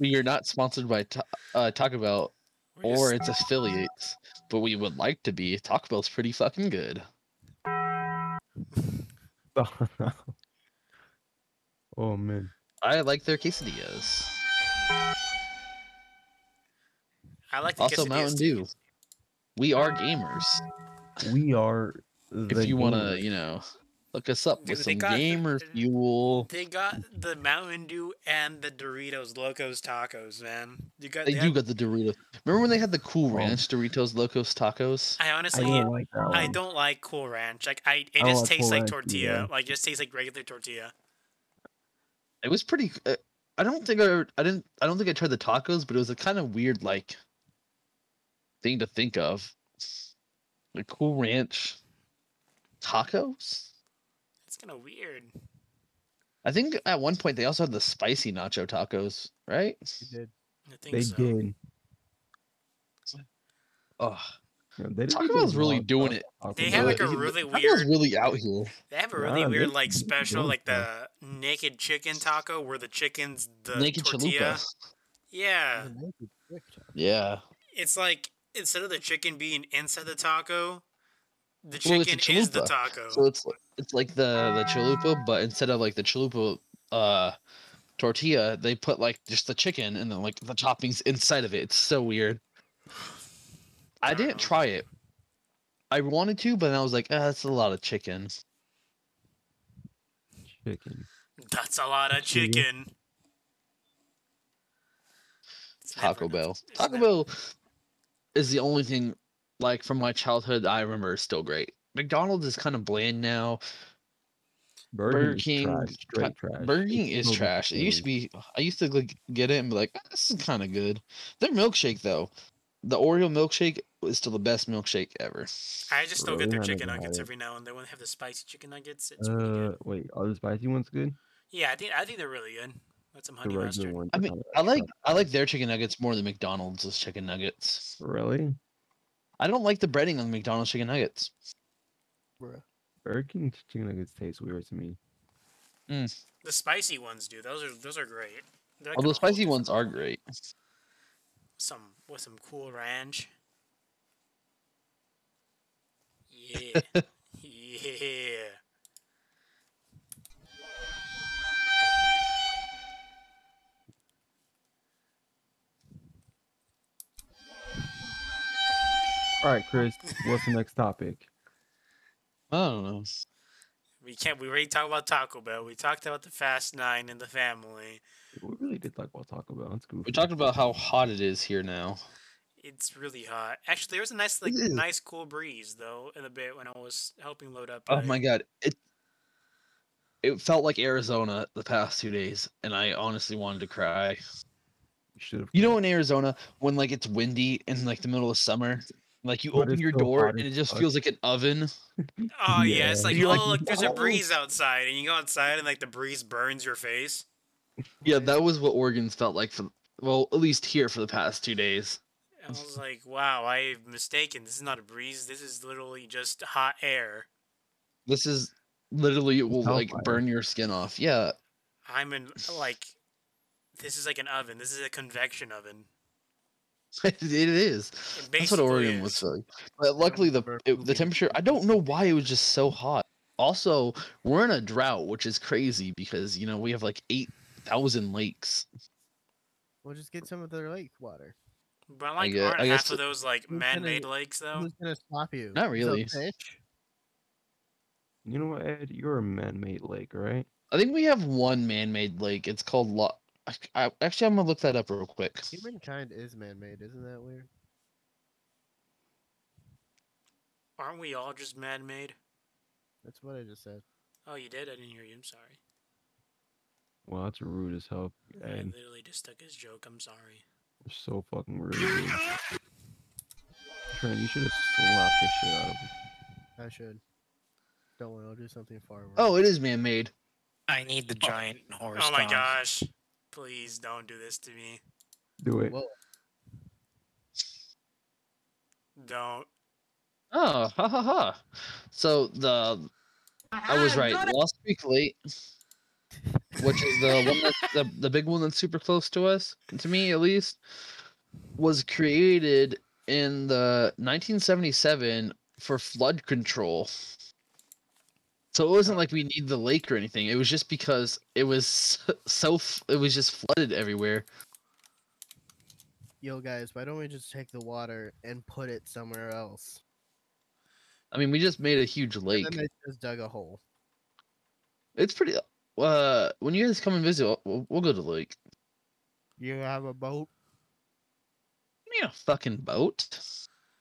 Speaker 2: We are not sponsored by Ta- uh, Taco Bell
Speaker 1: We're
Speaker 2: or
Speaker 1: just-
Speaker 2: its affiliates, but we would like to be. Taco Bell's pretty fucking good.
Speaker 3: oh man.
Speaker 2: I like their quesadillas.
Speaker 1: I like the
Speaker 2: Also
Speaker 1: quesadillas
Speaker 2: Mountain
Speaker 1: too.
Speaker 2: Dew. We are gamers.
Speaker 3: We are the
Speaker 2: if you want to,
Speaker 3: gamers.
Speaker 2: you know, look us up
Speaker 1: Dude,
Speaker 2: with
Speaker 1: they
Speaker 2: some
Speaker 1: got-
Speaker 2: gamer fuel.
Speaker 1: They got the Mountain Dew and the Doritos Locos Tacos, man. You got.
Speaker 2: They
Speaker 1: they
Speaker 2: do
Speaker 1: had-
Speaker 2: got the Doritos. Remember when they had the Cool
Speaker 3: Oh.
Speaker 2: Ranch Doritos Locos Tacos?
Speaker 1: I
Speaker 3: I
Speaker 1: honestly,
Speaker 3: don't like that one.
Speaker 1: I don't like Cool Ranch. Like I, it
Speaker 3: Um, don't
Speaker 1: just
Speaker 3: like
Speaker 1: tastes
Speaker 3: Cool
Speaker 1: like
Speaker 3: Ranch
Speaker 1: tortilla.
Speaker 3: either.
Speaker 1: Like it just tastes like regular tortilla.
Speaker 2: It was pretty. Uh, I don't think I. ever- I didn't. I don't think I tried the tacos, but it was a kind of weird like thing to think of. Like Cool Ranch tacos.
Speaker 1: It's kind of weird.
Speaker 2: I think at one point they also had the spicy nacho tacos, right?
Speaker 4: You did.
Speaker 1: I think
Speaker 3: They
Speaker 1: so.
Speaker 3: did.
Speaker 2: Oh,
Speaker 3: Yeah, they didn't
Speaker 2: Taco
Speaker 3: do a
Speaker 2: Bell's really
Speaker 3: lot
Speaker 2: doing
Speaker 3: of
Speaker 2: it.
Speaker 3: Taco
Speaker 1: They
Speaker 2: have,
Speaker 1: have
Speaker 3: Bell.
Speaker 1: like a really
Speaker 2: Really- Taco's
Speaker 1: weird.
Speaker 2: really out here.
Speaker 1: They have a really
Speaker 3: Yeah,
Speaker 1: weird
Speaker 3: they-
Speaker 1: like
Speaker 3: they
Speaker 1: special,
Speaker 3: do
Speaker 1: like the
Speaker 3: stuff.
Speaker 1: naked chicken taco, where the chicken's the
Speaker 2: Naked
Speaker 1: tortilla.
Speaker 2: chalupa.
Speaker 1: Yeah,
Speaker 4: The naked chick taco.
Speaker 2: Yeah.
Speaker 1: it's like instead of the chicken being inside the taco, the
Speaker 2: Well, it's a
Speaker 1: chicken is the
Speaker 2: chalupa,
Speaker 1: taco.
Speaker 2: So it's li- it's like the the chalupa, but instead of like the chalupa uh tortilla, they put like just the chicken and then like the toppings inside of it. It's so weird. I
Speaker 1: don't know.
Speaker 2: didn't try it. I wanted to, but then I was like, ah, that's a lot of chicken.
Speaker 3: Chicken.
Speaker 1: That's a lot of
Speaker 3: Chicken.
Speaker 1: chicken. It's never
Speaker 2: Taco
Speaker 1: enough-
Speaker 2: Bell.
Speaker 1: it's
Speaker 2: Taco
Speaker 1: never-
Speaker 2: Bell is the only thing like from my childhood that I remember is still great. McDonald's is kind of bland now.
Speaker 3: Burger,
Speaker 2: Burger
Speaker 3: is
Speaker 2: King.
Speaker 3: trash,
Speaker 2: ca-
Speaker 3: straight trash.
Speaker 2: Burger King
Speaker 3: It's
Speaker 2: is
Speaker 3: still
Speaker 2: trash. It used to be. I used to like get it and be like, "Ah, this is kind of good. Their milkshake though, the Oreo milkshake is still the best milkshake ever.
Speaker 1: I just still
Speaker 3: Really?
Speaker 1: get their
Speaker 3: I
Speaker 1: chicken
Speaker 3: never had
Speaker 1: nuggets
Speaker 3: it.
Speaker 1: every now and then. When they have the spicy chicken nuggets, it's really
Speaker 3: Uh,
Speaker 1: good.
Speaker 3: wait, are the spicy ones good?
Speaker 1: Yeah, I think I think they're really good. That's some honey
Speaker 3: the
Speaker 1: mustard.
Speaker 3: regular ones. Oh,
Speaker 2: I
Speaker 3: are
Speaker 2: mean,
Speaker 3: kinda
Speaker 2: I like
Speaker 3: trash.
Speaker 2: I like their chicken nuggets more than McDonald's chicken nuggets.
Speaker 3: Really?
Speaker 2: I don't like the breading on McDonald's chicken nuggets.
Speaker 4: Bruh.
Speaker 3: Burger King's chicken nuggets taste weird to me.
Speaker 1: The spicy ones, dude. Those are those are great. They're like
Speaker 2: Although
Speaker 1: on a whole
Speaker 2: spicy ones
Speaker 1: different
Speaker 2: are
Speaker 1: level.
Speaker 2: great.
Speaker 1: Some with some cool ranch. Yeah,
Speaker 2: *laughs*
Speaker 1: yeah.
Speaker 3: All right, Chris,
Speaker 2: *laughs*
Speaker 3: what's the next topic?
Speaker 2: I don't know.
Speaker 1: We can't. We already talked about Taco Bell. We talked about the Fast Nine and the family.
Speaker 3: We really did like what Taco Bell. That's goofy.
Speaker 2: We talked about how hot it is here now.
Speaker 1: It's really hot. Actually, there was a nice, like,
Speaker 2: It is.
Speaker 1: nice cool breeze though in the bit when I was helping load up.
Speaker 2: Oh
Speaker 1: right?
Speaker 2: my god, it it felt like Arizona the past two days, and I honestly wanted to cry.
Speaker 3: should have.
Speaker 2: You know, in Arizona, when like it's windy in like the middle of summer, like you
Speaker 3: But
Speaker 2: open
Speaker 3: it's
Speaker 2: your
Speaker 3: so
Speaker 2: door
Speaker 3: hot
Speaker 2: and it
Speaker 3: as
Speaker 2: just
Speaker 3: fuck.
Speaker 2: feels like an oven.
Speaker 1: Oh yeah, it's
Speaker 3: Yeah.
Speaker 1: like
Speaker 2: You're like,
Speaker 1: oh look, there's a
Speaker 2: "No."
Speaker 1: breeze outside, and you go outside and like the breeze burns your face.
Speaker 2: Yeah, that was what Oregon's felt like for well, at least here for the past two days.
Speaker 1: And I was like, wow, I'm mistaken. This is not a breeze. This is literally just hot air.
Speaker 2: This is literally it will like
Speaker 3: hellfire.
Speaker 2: burn your skin off. Yeah, *laughs*
Speaker 1: I'm in like, this is like an oven. This is a convection oven.
Speaker 2: it is. That's what
Speaker 1: basically
Speaker 2: Oregon was
Speaker 1: is.
Speaker 2: like. But luckily, the
Speaker 4: Burp
Speaker 2: it, the
Speaker 4: poopy.
Speaker 2: temperature. I don't know why it was just so hot. Also, we're in a drought, which is crazy because you know we have like eight thousand lakes.
Speaker 4: We'll just get some of their lake water.
Speaker 1: But like,
Speaker 2: gue-
Speaker 1: aren't
Speaker 2: I
Speaker 1: half
Speaker 2: guess
Speaker 1: of those like
Speaker 4: gonna-
Speaker 1: man-made lakes though?
Speaker 4: Who's gonna stop you?
Speaker 2: Not
Speaker 4: The
Speaker 2: really.
Speaker 4: fish?
Speaker 3: You know what, Ed? You're a man-made lake, right?
Speaker 2: I think we have one man-made lake. It's called Lot. I, actually, I'm gonna look that up real quick.
Speaker 4: Humankind is man-made, isn't that weird?
Speaker 1: Aren't we all just man-made?
Speaker 4: That's what I just said.
Speaker 1: Oh, you did. I didn't hear you. I'm sorry.
Speaker 3: Well, that's rude as hell.
Speaker 1: I
Speaker 3: Ed.
Speaker 1: literally just took his joke. I'm sorry.
Speaker 3: You're so fucking rude. dude. Trent, you should have slapped the shit out of him.
Speaker 4: I should. Don't want. I'll do something far worse.
Speaker 2: Oh, it is man-made.
Speaker 5: I need the giant horse.
Speaker 1: Oh my
Speaker 5: dog.
Speaker 1: gosh! Please don't do this to me.
Speaker 3: Do it.
Speaker 4: Whoa.
Speaker 1: Don't.
Speaker 2: Oh, ha ha ha! So the I was right. Lost Creek Lake, which is the one that the, the big one that's super close to us, to me at least, was created in the 1977 for flood control. So it
Speaker 4: Oh.
Speaker 2: wasn't like we need the lake or anything. It was just because it was so- so f- it was just flooded everywhere.
Speaker 4: Yo, guys, why don't we just take the water and put it somewhere else?
Speaker 2: I mean, we just made a huge
Speaker 4: And
Speaker 2: lake.
Speaker 4: then they just dug a hole.
Speaker 2: It's pretty. Uh, when you guys come and visit, we'll, we'll go to the lake.
Speaker 4: You have a boat?
Speaker 2: Me a fucking boat.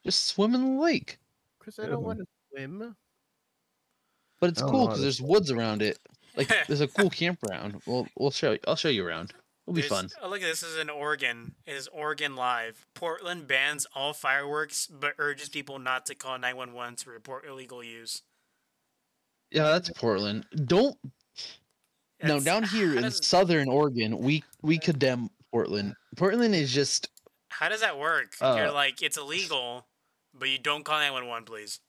Speaker 2: Just swim in the lake.
Speaker 4: Chris, I
Speaker 3: Yeah,
Speaker 4: don't
Speaker 3: man.
Speaker 4: want to swim.
Speaker 2: But it's
Speaker 3: I don't
Speaker 2: cool
Speaker 3: know how
Speaker 2: because
Speaker 3: to
Speaker 2: there's woods around it. Like there's a cool campground. We'll we'll show you. I'll show you around. It'll be
Speaker 1: There's-
Speaker 2: fun.
Speaker 1: Oh, look, this is in Oregon. It is Oregon Live. Portland bans all fireworks, but urges people not to call 911 to report illegal use.
Speaker 2: Yeah, that's Portland. Don't now
Speaker 1: That's-
Speaker 2: down here
Speaker 1: how
Speaker 2: in
Speaker 1: does,
Speaker 2: southern Oregon, we we condemn Portland. Portland is just
Speaker 1: How does that work? You're
Speaker 2: uh,
Speaker 1: like, it's illegal, but you don't call 911, please.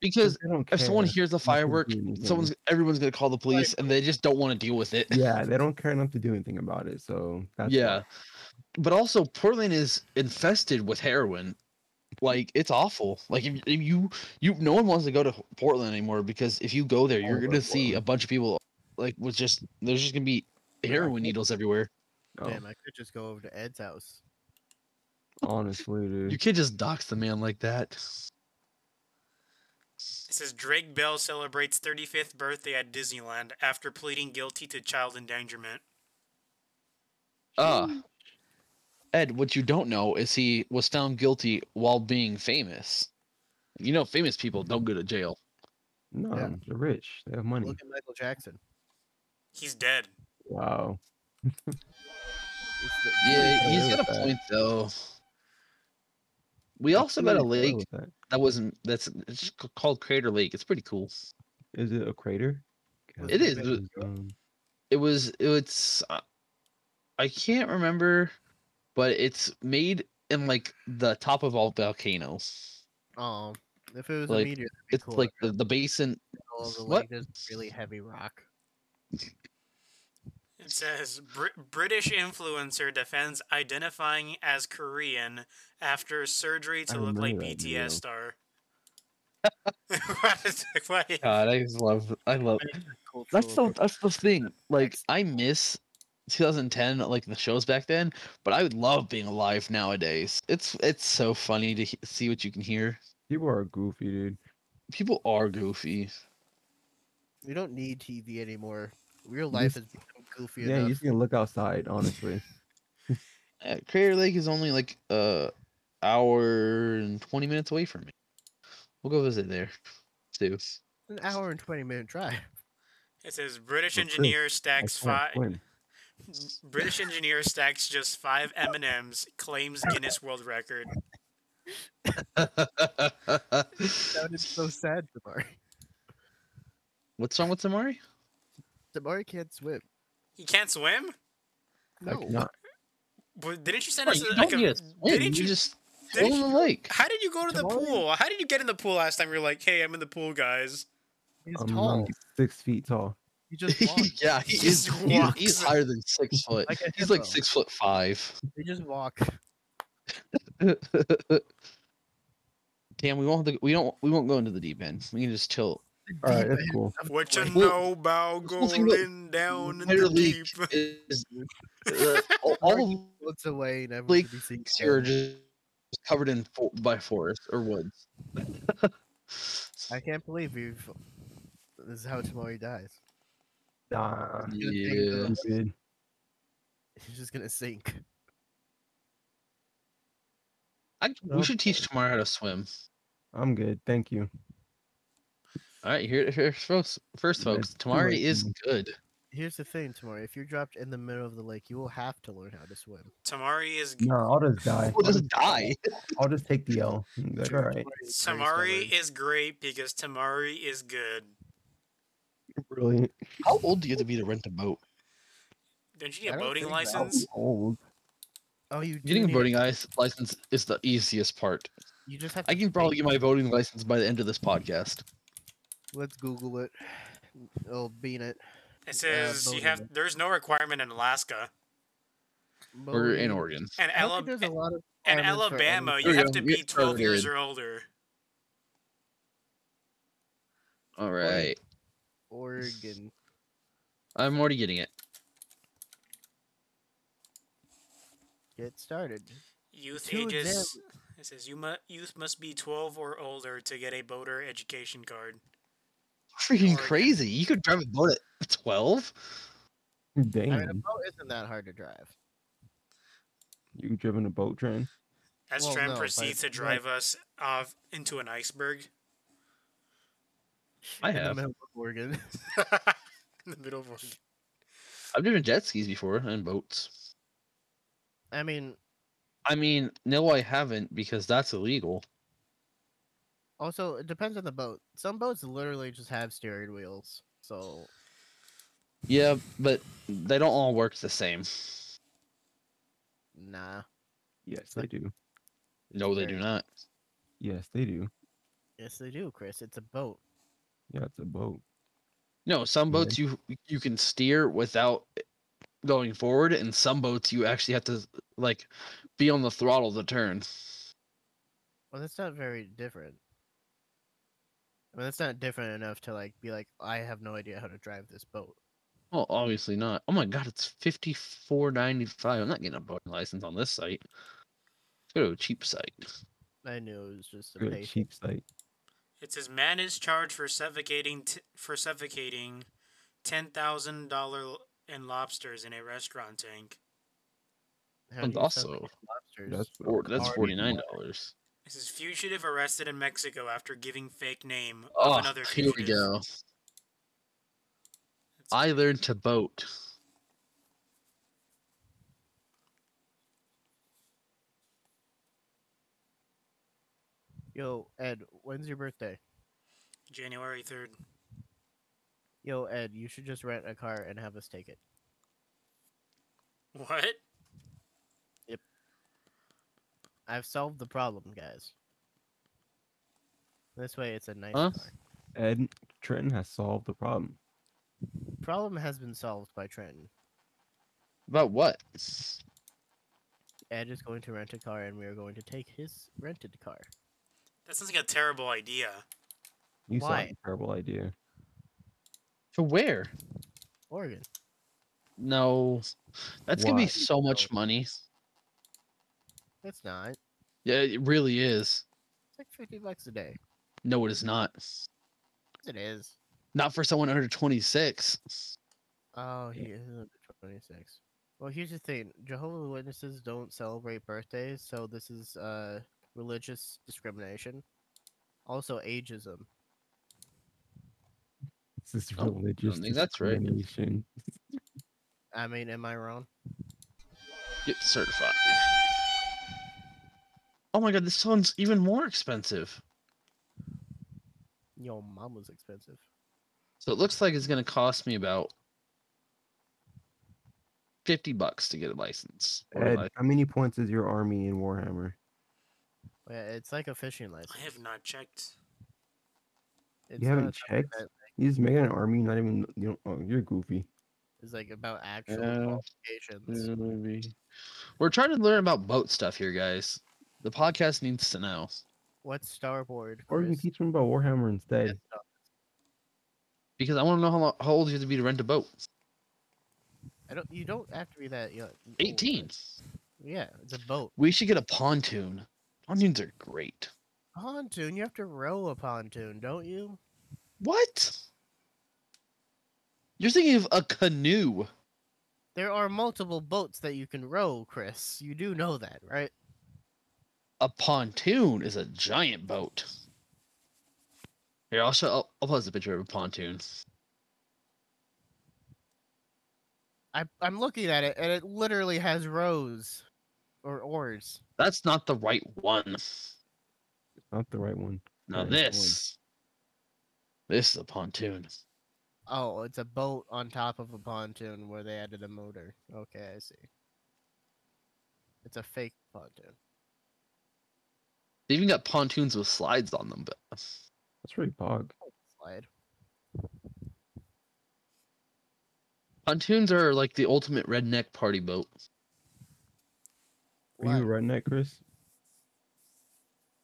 Speaker 2: because
Speaker 3: They don't
Speaker 2: if someone
Speaker 3: care.
Speaker 2: hears a
Speaker 3: They don't
Speaker 2: firework,
Speaker 3: do anything.
Speaker 2: someone's everyone's gonna call the police, and they just don't want to deal with it. *laughs*
Speaker 3: Yeah, they don't care enough to do anything about it. So that's
Speaker 2: yeah, but also Portland is infested with heroin. Like it's awful. Like if, if you you no one wants to go to Portland anymore because if you go there,
Speaker 3: All
Speaker 2: you're
Speaker 3: over
Speaker 2: gonna see a
Speaker 3: Portland.
Speaker 2: bunch of people like with just there's just gonna be
Speaker 3: Yeah.
Speaker 2: heroin needles everywhere.
Speaker 3: why- oh,
Speaker 4: Damn, I could just go over to Ed's house.
Speaker 3: honestly, dude.
Speaker 2: You can't just dox the man like that.
Speaker 1: It says Drake Bell celebrates 35th birthday at Disneyland after pleading guilty to child endangerment.
Speaker 2: Ah, Ed, what you don't know is he was found guilty while being famous. You know, famous people don't go to jail.
Speaker 3: No, they're rich. They have money.
Speaker 4: Look at Michael Jackson.
Speaker 1: He's dead.
Speaker 3: Wow.
Speaker 4: It's the-
Speaker 2: Yeah, he's got a
Speaker 3: with that.
Speaker 2: point though. We
Speaker 3: I
Speaker 2: also
Speaker 3: feel
Speaker 2: met a
Speaker 3: like I
Speaker 2: lake
Speaker 3: would that.
Speaker 2: that wasn't that's it's c- called Crater Lake. It's pretty cool.
Speaker 3: Is it a crater? God,
Speaker 2: It is,
Speaker 3: that
Speaker 2: it-
Speaker 3: um,
Speaker 2: It was it's uh, I can't remember, but it's made in like the top of all volcanoes.
Speaker 4: Oh, if it was
Speaker 2: Like,
Speaker 4: a meteor, that'd be
Speaker 2: It's
Speaker 4: cool.
Speaker 2: like the, the basin.
Speaker 4: middle of the
Speaker 2: what?
Speaker 4: lake, there's really heavy rock.
Speaker 1: It says Br- British influencer defends identifying as Korean after surgery to
Speaker 3: I
Speaker 1: look like
Speaker 3: remember that
Speaker 1: BTS
Speaker 3: video.
Speaker 1: star. Wait,
Speaker 2: God, I just love I love that's the that's the thing. Like I miss 2010, like the shows back then, but I would love being alive nowadays. It's it's so funny to he- see what you can hear.
Speaker 3: people are goofy, dude.
Speaker 2: People are goofy.
Speaker 4: We don't need TV anymore. Real
Speaker 3: You
Speaker 4: life is goofy
Speaker 3: Yeah, you
Speaker 4: enough.
Speaker 3: just gonna look outside, honestly.
Speaker 2: Uh, Crater Lake is only like a hour and 20 minutes away from me. We'll go visit there too.
Speaker 4: An hour and twenty minute drive. *laughs*
Speaker 1: It says British
Speaker 3: Well, Chris,
Speaker 1: engineer
Speaker 3: I
Speaker 1: stacks
Speaker 3: can't
Speaker 1: five.
Speaker 3: swim.
Speaker 1: British engineer stacks just five M and M's, claims Guinness World Record.
Speaker 2: *laughs*
Speaker 4: Sounded so sad, Damari.
Speaker 2: What's wrong with Samari?
Speaker 4: Damari can't swim.
Speaker 1: He can't swim.
Speaker 3: I
Speaker 4: No.
Speaker 3: cannot-
Speaker 1: But didn't you send
Speaker 2: Bro,
Speaker 1: us
Speaker 2: you
Speaker 1: a,
Speaker 2: don't
Speaker 1: like a,
Speaker 2: need to swim,
Speaker 1: didn't
Speaker 2: you
Speaker 1: you-
Speaker 2: just
Speaker 1: didn't
Speaker 2: go in the lake.
Speaker 1: How did you go to the
Speaker 4: Tomorrow-
Speaker 1: pool? How did you get in the pool last time? You're like, hey, I'm in the pool, guys.
Speaker 4: He's
Speaker 3: I'm,
Speaker 4: tall.
Speaker 3: I'm six feet tall.
Speaker 4: He just
Speaker 2: *laughs*
Speaker 4: walks.
Speaker 2: yeah, he
Speaker 1: He
Speaker 2: is.
Speaker 1: just
Speaker 2: He's, he's
Speaker 1: walks.
Speaker 2: higher than *laughs* six foot.
Speaker 4: Like a
Speaker 2: He's like
Speaker 4: hippo.
Speaker 2: six foot five.
Speaker 4: They just walk.
Speaker 2: Damn, we won't. have to- We don't. We won't go into the deep end. We can just chill.
Speaker 3: All right,
Speaker 4: *laughs* Deep
Speaker 3: that's
Speaker 4: end.
Speaker 3: cool.
Speaker 1: What you
Speaker 2: Well,
Speaker 1: know about
Speaker 2: the whole thing about
Speaker 1: going down in
Speaker 2: Crater
Speaker 1: the
Speaker 2: Lake
Speaker 1: deep? *laughs*
Speaker 2: is uh, all, all of
Speaker 4: Looks away, never
Speaker 2: Like,
Speaker 4: to be seen.
Speaker 2: lakes here are
Speaker 4: again.
Speaker 2: just covered in fo- by forest or woods.
Speaker 4: I can't believe you've. This is how Tamari dies.
Speaker 3: Nah,
Speaker 2: yeah.
Speaker 3: stupid.
Speaker 4: He's just gonna sink.
Speaker 2: I, we should teach tomorrow how to swim.
Speaker 3: I'm good. Thank you.
Speaker 2: All right, here, here's folks. First,
Speaker 3: Yeah,
Speaker 2: folks,
Speaker 3: it's too late
Speaker 2: Tamari is
Speaker 3: now.
Speaker 2: good.
Speaker 4: Here's the thing, Tamari. If you're dropped in the middle of the lake, you will have to learn how to swim.
Speaker 1: Tamari is
Speaker 3: No, I'll just die.
Speaker 2: We'll
Speaker 3: I'll
Speaker 2: just die. *laughs*
Speaker 3: I'll just take the *laughs* L. I'm Like, all right,
Speaker 4: Tamari is very
Speaker 1: Tamari
Speaker 4: stubborn.
Speaker 1: is great because Tamari is good.
Speaker 3: brilliant.
Speaker 2: How old do you have to be to rent a boat?
Speaker 1: Don't you need
Speaker 4: I
Speaker 1: a
Speaker 4: don't
Speaker 1: boating
Speaker 4: think that
Speaker 3: How
Speaker 1: license?
Speaker 3: old?
Speaker 4: Oh, you do
Speaker 2: Getting a
Speaker 4: need-
Speaker 2: boating lic- license is the easiest part.
Speaker 4: You just have. To
Speaker 2: I can probably get my voting license by the end of this podcast.
Speaker 4: Let's Google it. Oh, bean it.
Speaker 1: It says you
Speaker 4: boating
Speaker 1: have.
Speaker 4: license.
Speaker 1: There's no requirement in Alaska
Speaker 2: We're in
Speaker 4: Boating.
Speaker 2: Oregon.
Speaker 1: and
Speaker 4: I don't
Speaker 1: Ala-
Speaker 4: think there's a lot of
Speaker 1: and
Speaker 4: requirements for
Speaker 1: Alabama.
Speaker 4: any-
Speaker 2: There
Speaker 1: You
Speaker 2: we
Speaker 1: have
Speaker 2: go,
Speaker 1: to
Speaker 2: we
Speaker 1: be 12 years
Speaker 2: started.
Speaker 1: or older.
Speaker 2: All right,
Speaker 4: Oregon.
Speaker 2: I'm already getting it.
Speaker 4: Get started.
Speaker 1: Youth
Speaker 4: Two
Speaker 1: ages.
Speaker 4: examples.
Speaker 1: It says you mu- youth must be 12 or older to get a boater education card.
Speaker 2: Freaking
Speaker 1: Oregon.
Speaker 2: crazy! You could drive a boat at 12.
Speaker 4: I mean, a
Speaker 3: Damn,
Speaker 4: boat isn't that hard to drive.
Speaker 3: you driven a boat train?
Speaker 1: As
Speaker 4: Well,
Speaker 1: Tram
Speaker 4: no, but
Speaker 1: proceeds to
Speaker 4: like-
Speaker 1: drive us off into an
Speaker 4: *laughs*
Speaker 1: iceberg
Speaker 2: I
Speaker 4: In the
Speaker 2: have.
Speaker 4: middle of Oregon. *laughs*
Speaker 1: in the middle of Oregon.
Speaker 2: I've driven jet skis before and boats.
Speaker 4: I mean,
Speaker 2: I mean, no, I haven't because that's illegal.
Speaker 4: also it depends on the boat. Some boats literally just have steering wheels. So
Speaker 2: Yeah, but they don't all work the same.
Speaker 4: nah.
Speaker 3: Yes, they do.
Speaker 2: No, they do
Speaker 4: Fair.
Speaker 2: not.
Speaker 3: Yes, they do.
Speaker 4: Yes, they do, Chris. It's a boat.
Speaker 3: Yeah, it's a boat.
Speaker 2: No, some
Speaker 3: Really?
Speaker 2: boats you you can steer without going forward, and some boats you actually have to like be on the throttle to turn.
Speaker 4: Well, that's not very different. I mean, that's not different enough to like be like, I have no idea how to drive this boat.
Speaker 2: Well, obviously not. Oh my god, it's fifty four ninety five. I'm not getting a boating license on this site. Let's go to a cheap site.
Speaker 4: I knew it was just a
Speaker 3: Good
Speaker 4: bait.
Speaker 3: cheap site.
Speaker 1: It says man is charged for suffocating t- for suffocating ten thousand dollar in lobsters in a restaurant tank.
Speaker 4: How
Speaker 2: And
Speaker 4: do you suck
Speaker 2: also-
Speaker 4: lobsters?
Speaker 3: That's
Speaker 2: Or
Speaker 3: what-
Speaker 2: that's
Speaker 4: Already
Speaker 2: forty nine dollars.
Speaker 1: This is fugitive arrested in Mexico after giving fake name of
Speaker 2: Oh,
Speaker 1: another
Speaker 2: here
Speaker 1: fugitive.
Speaker 2: we go.
Speaker 1: That's-
Speaker 2: I learned to boat.
Speaker 4: Yo, Ed, when's your birthday?
Speaker 1: January third.
Speaker 4: Yo, Ed, you should just rent a car and have us take it.
Speaker 1: What?
Speaker 4: I've solved the problem, guys. This way, it's a nice
Speaker 2: Huh?
Speaker 4: car.
Speaker 3: Ed Trenton has solved the problem.
Speaker 4: Problem has been solved by Trenton.
Speaker 2: About what?
Speaker 4: Ed is going to rent a car, and we are going to take his rented car.
Speaker 1: That sounds like a terrible idea.
Speaker 3: You
Speaker 4: Why?
Speaker 3: sound like a terrible idea. *laughs*
Speaker 2: To where?
Speaker 4: Oregon.
Speaker 2: No. That's gonna
Speaker 3: Why?
Speaker 2: be so much money.
Speaker 4: That's not. It's
Speaker 2: Yeah, it really is.
Speaker 4: like fifty bucks a day.
Speaker 2: No, it is not.
Speaker 4: It is.
Speaker 2: Not for someone under 26.
Speaker 4: Oh, he is under twenty-six. Well, here's the thing: Jehovah's Witnesses don't celebrate birthdays, so this is uh religious discrimination. Also, ageism.
Speaker 3: This is
Speaker 2: I don't
Speaker 3: religious.
Speaker 2: think that's right.
Speaker 3: discrimination.
Speaker 4: I mean, am I wrong?
Speaker 2: Get certified. Oh my god, this one's even more expensive.
Speaker 4: Yo, mom was expensive.
Speaker 2: So it looks like it's gonna cost me about 50 bucks to get a license. Or a
Speaker 3: Ed,
Speaker 2: li-
Speaker 3: how many points is your army in Warhammer?
Speaker 4: Yeah, it's like a fishing license.
Speaker 1: I have not checked.
Speaker 4: It's
Speaker 3: haven't
Speaker 4: not something
Speaker 3: checked?
Speaker 4: that
Speaker 3: You just making an army, not even you know. Oh, you're goofy.
Speaker 4: is like about actual
Speaker 3: Uh,
Speaker 2: Yeah.
Speaker 4: qualifications.
Speaker 2: Yeah, maybe. We're trying to learn about boat stuff here, guys. The podcast needs to know.
Speaker 4: What's starboard?
Speaker 3: Or you can
Speaker 4: Chris?
Speaker 3: teach them about Warhammer
Speaker 4: Yeah,
Speaker 3: instead.
Speaker 4: stop.
Speaker 2: uh, Because I want to know how, lo- how old you have to be to rent a boat.
Speaker 4: I don't. You don't have to be that young. old,
Speaker 2: 18.
Speaker 4: but- Yeah, it's a boat.
Speaker 2: We should get a pontoon. Pontoons are great.
Speaker 4: Pontoon. You have to row a pontoon, don't you?
Speaker 2: What? You're thinking of a canoe.
Speaker 4: There are multiple boats that you can row, Chris. You do know that, right?
Speaker 2: A pontoon is a giant boat. Here, I'll show. I'll, I'll post a picture of a pontoon.
Speaker 4: I, I'm looking at it, and it literally has rows or oars.
Speaker 2: That's not the right one.
Speaker 3: Not the right one.
Speaker 2: Now
Speaker 3: Right, that one.
Speaker 2: this. This is a pontoon.
Speaker 4: Oh, it's a boat on top of a pontoon where they added a motor. Okay, I see. It's a fake pontoon.
Speaker 2: They even got pontoons with slides on them. But
Speaker 3: That's pretty pog.
Speaker 4: Oh, Slide.
Speaker 2: pontoons are like the ultimate redneck party boat.
Speaker 3: Are you a
Speaker 4: What?
Speaker 3: redneck, Chris?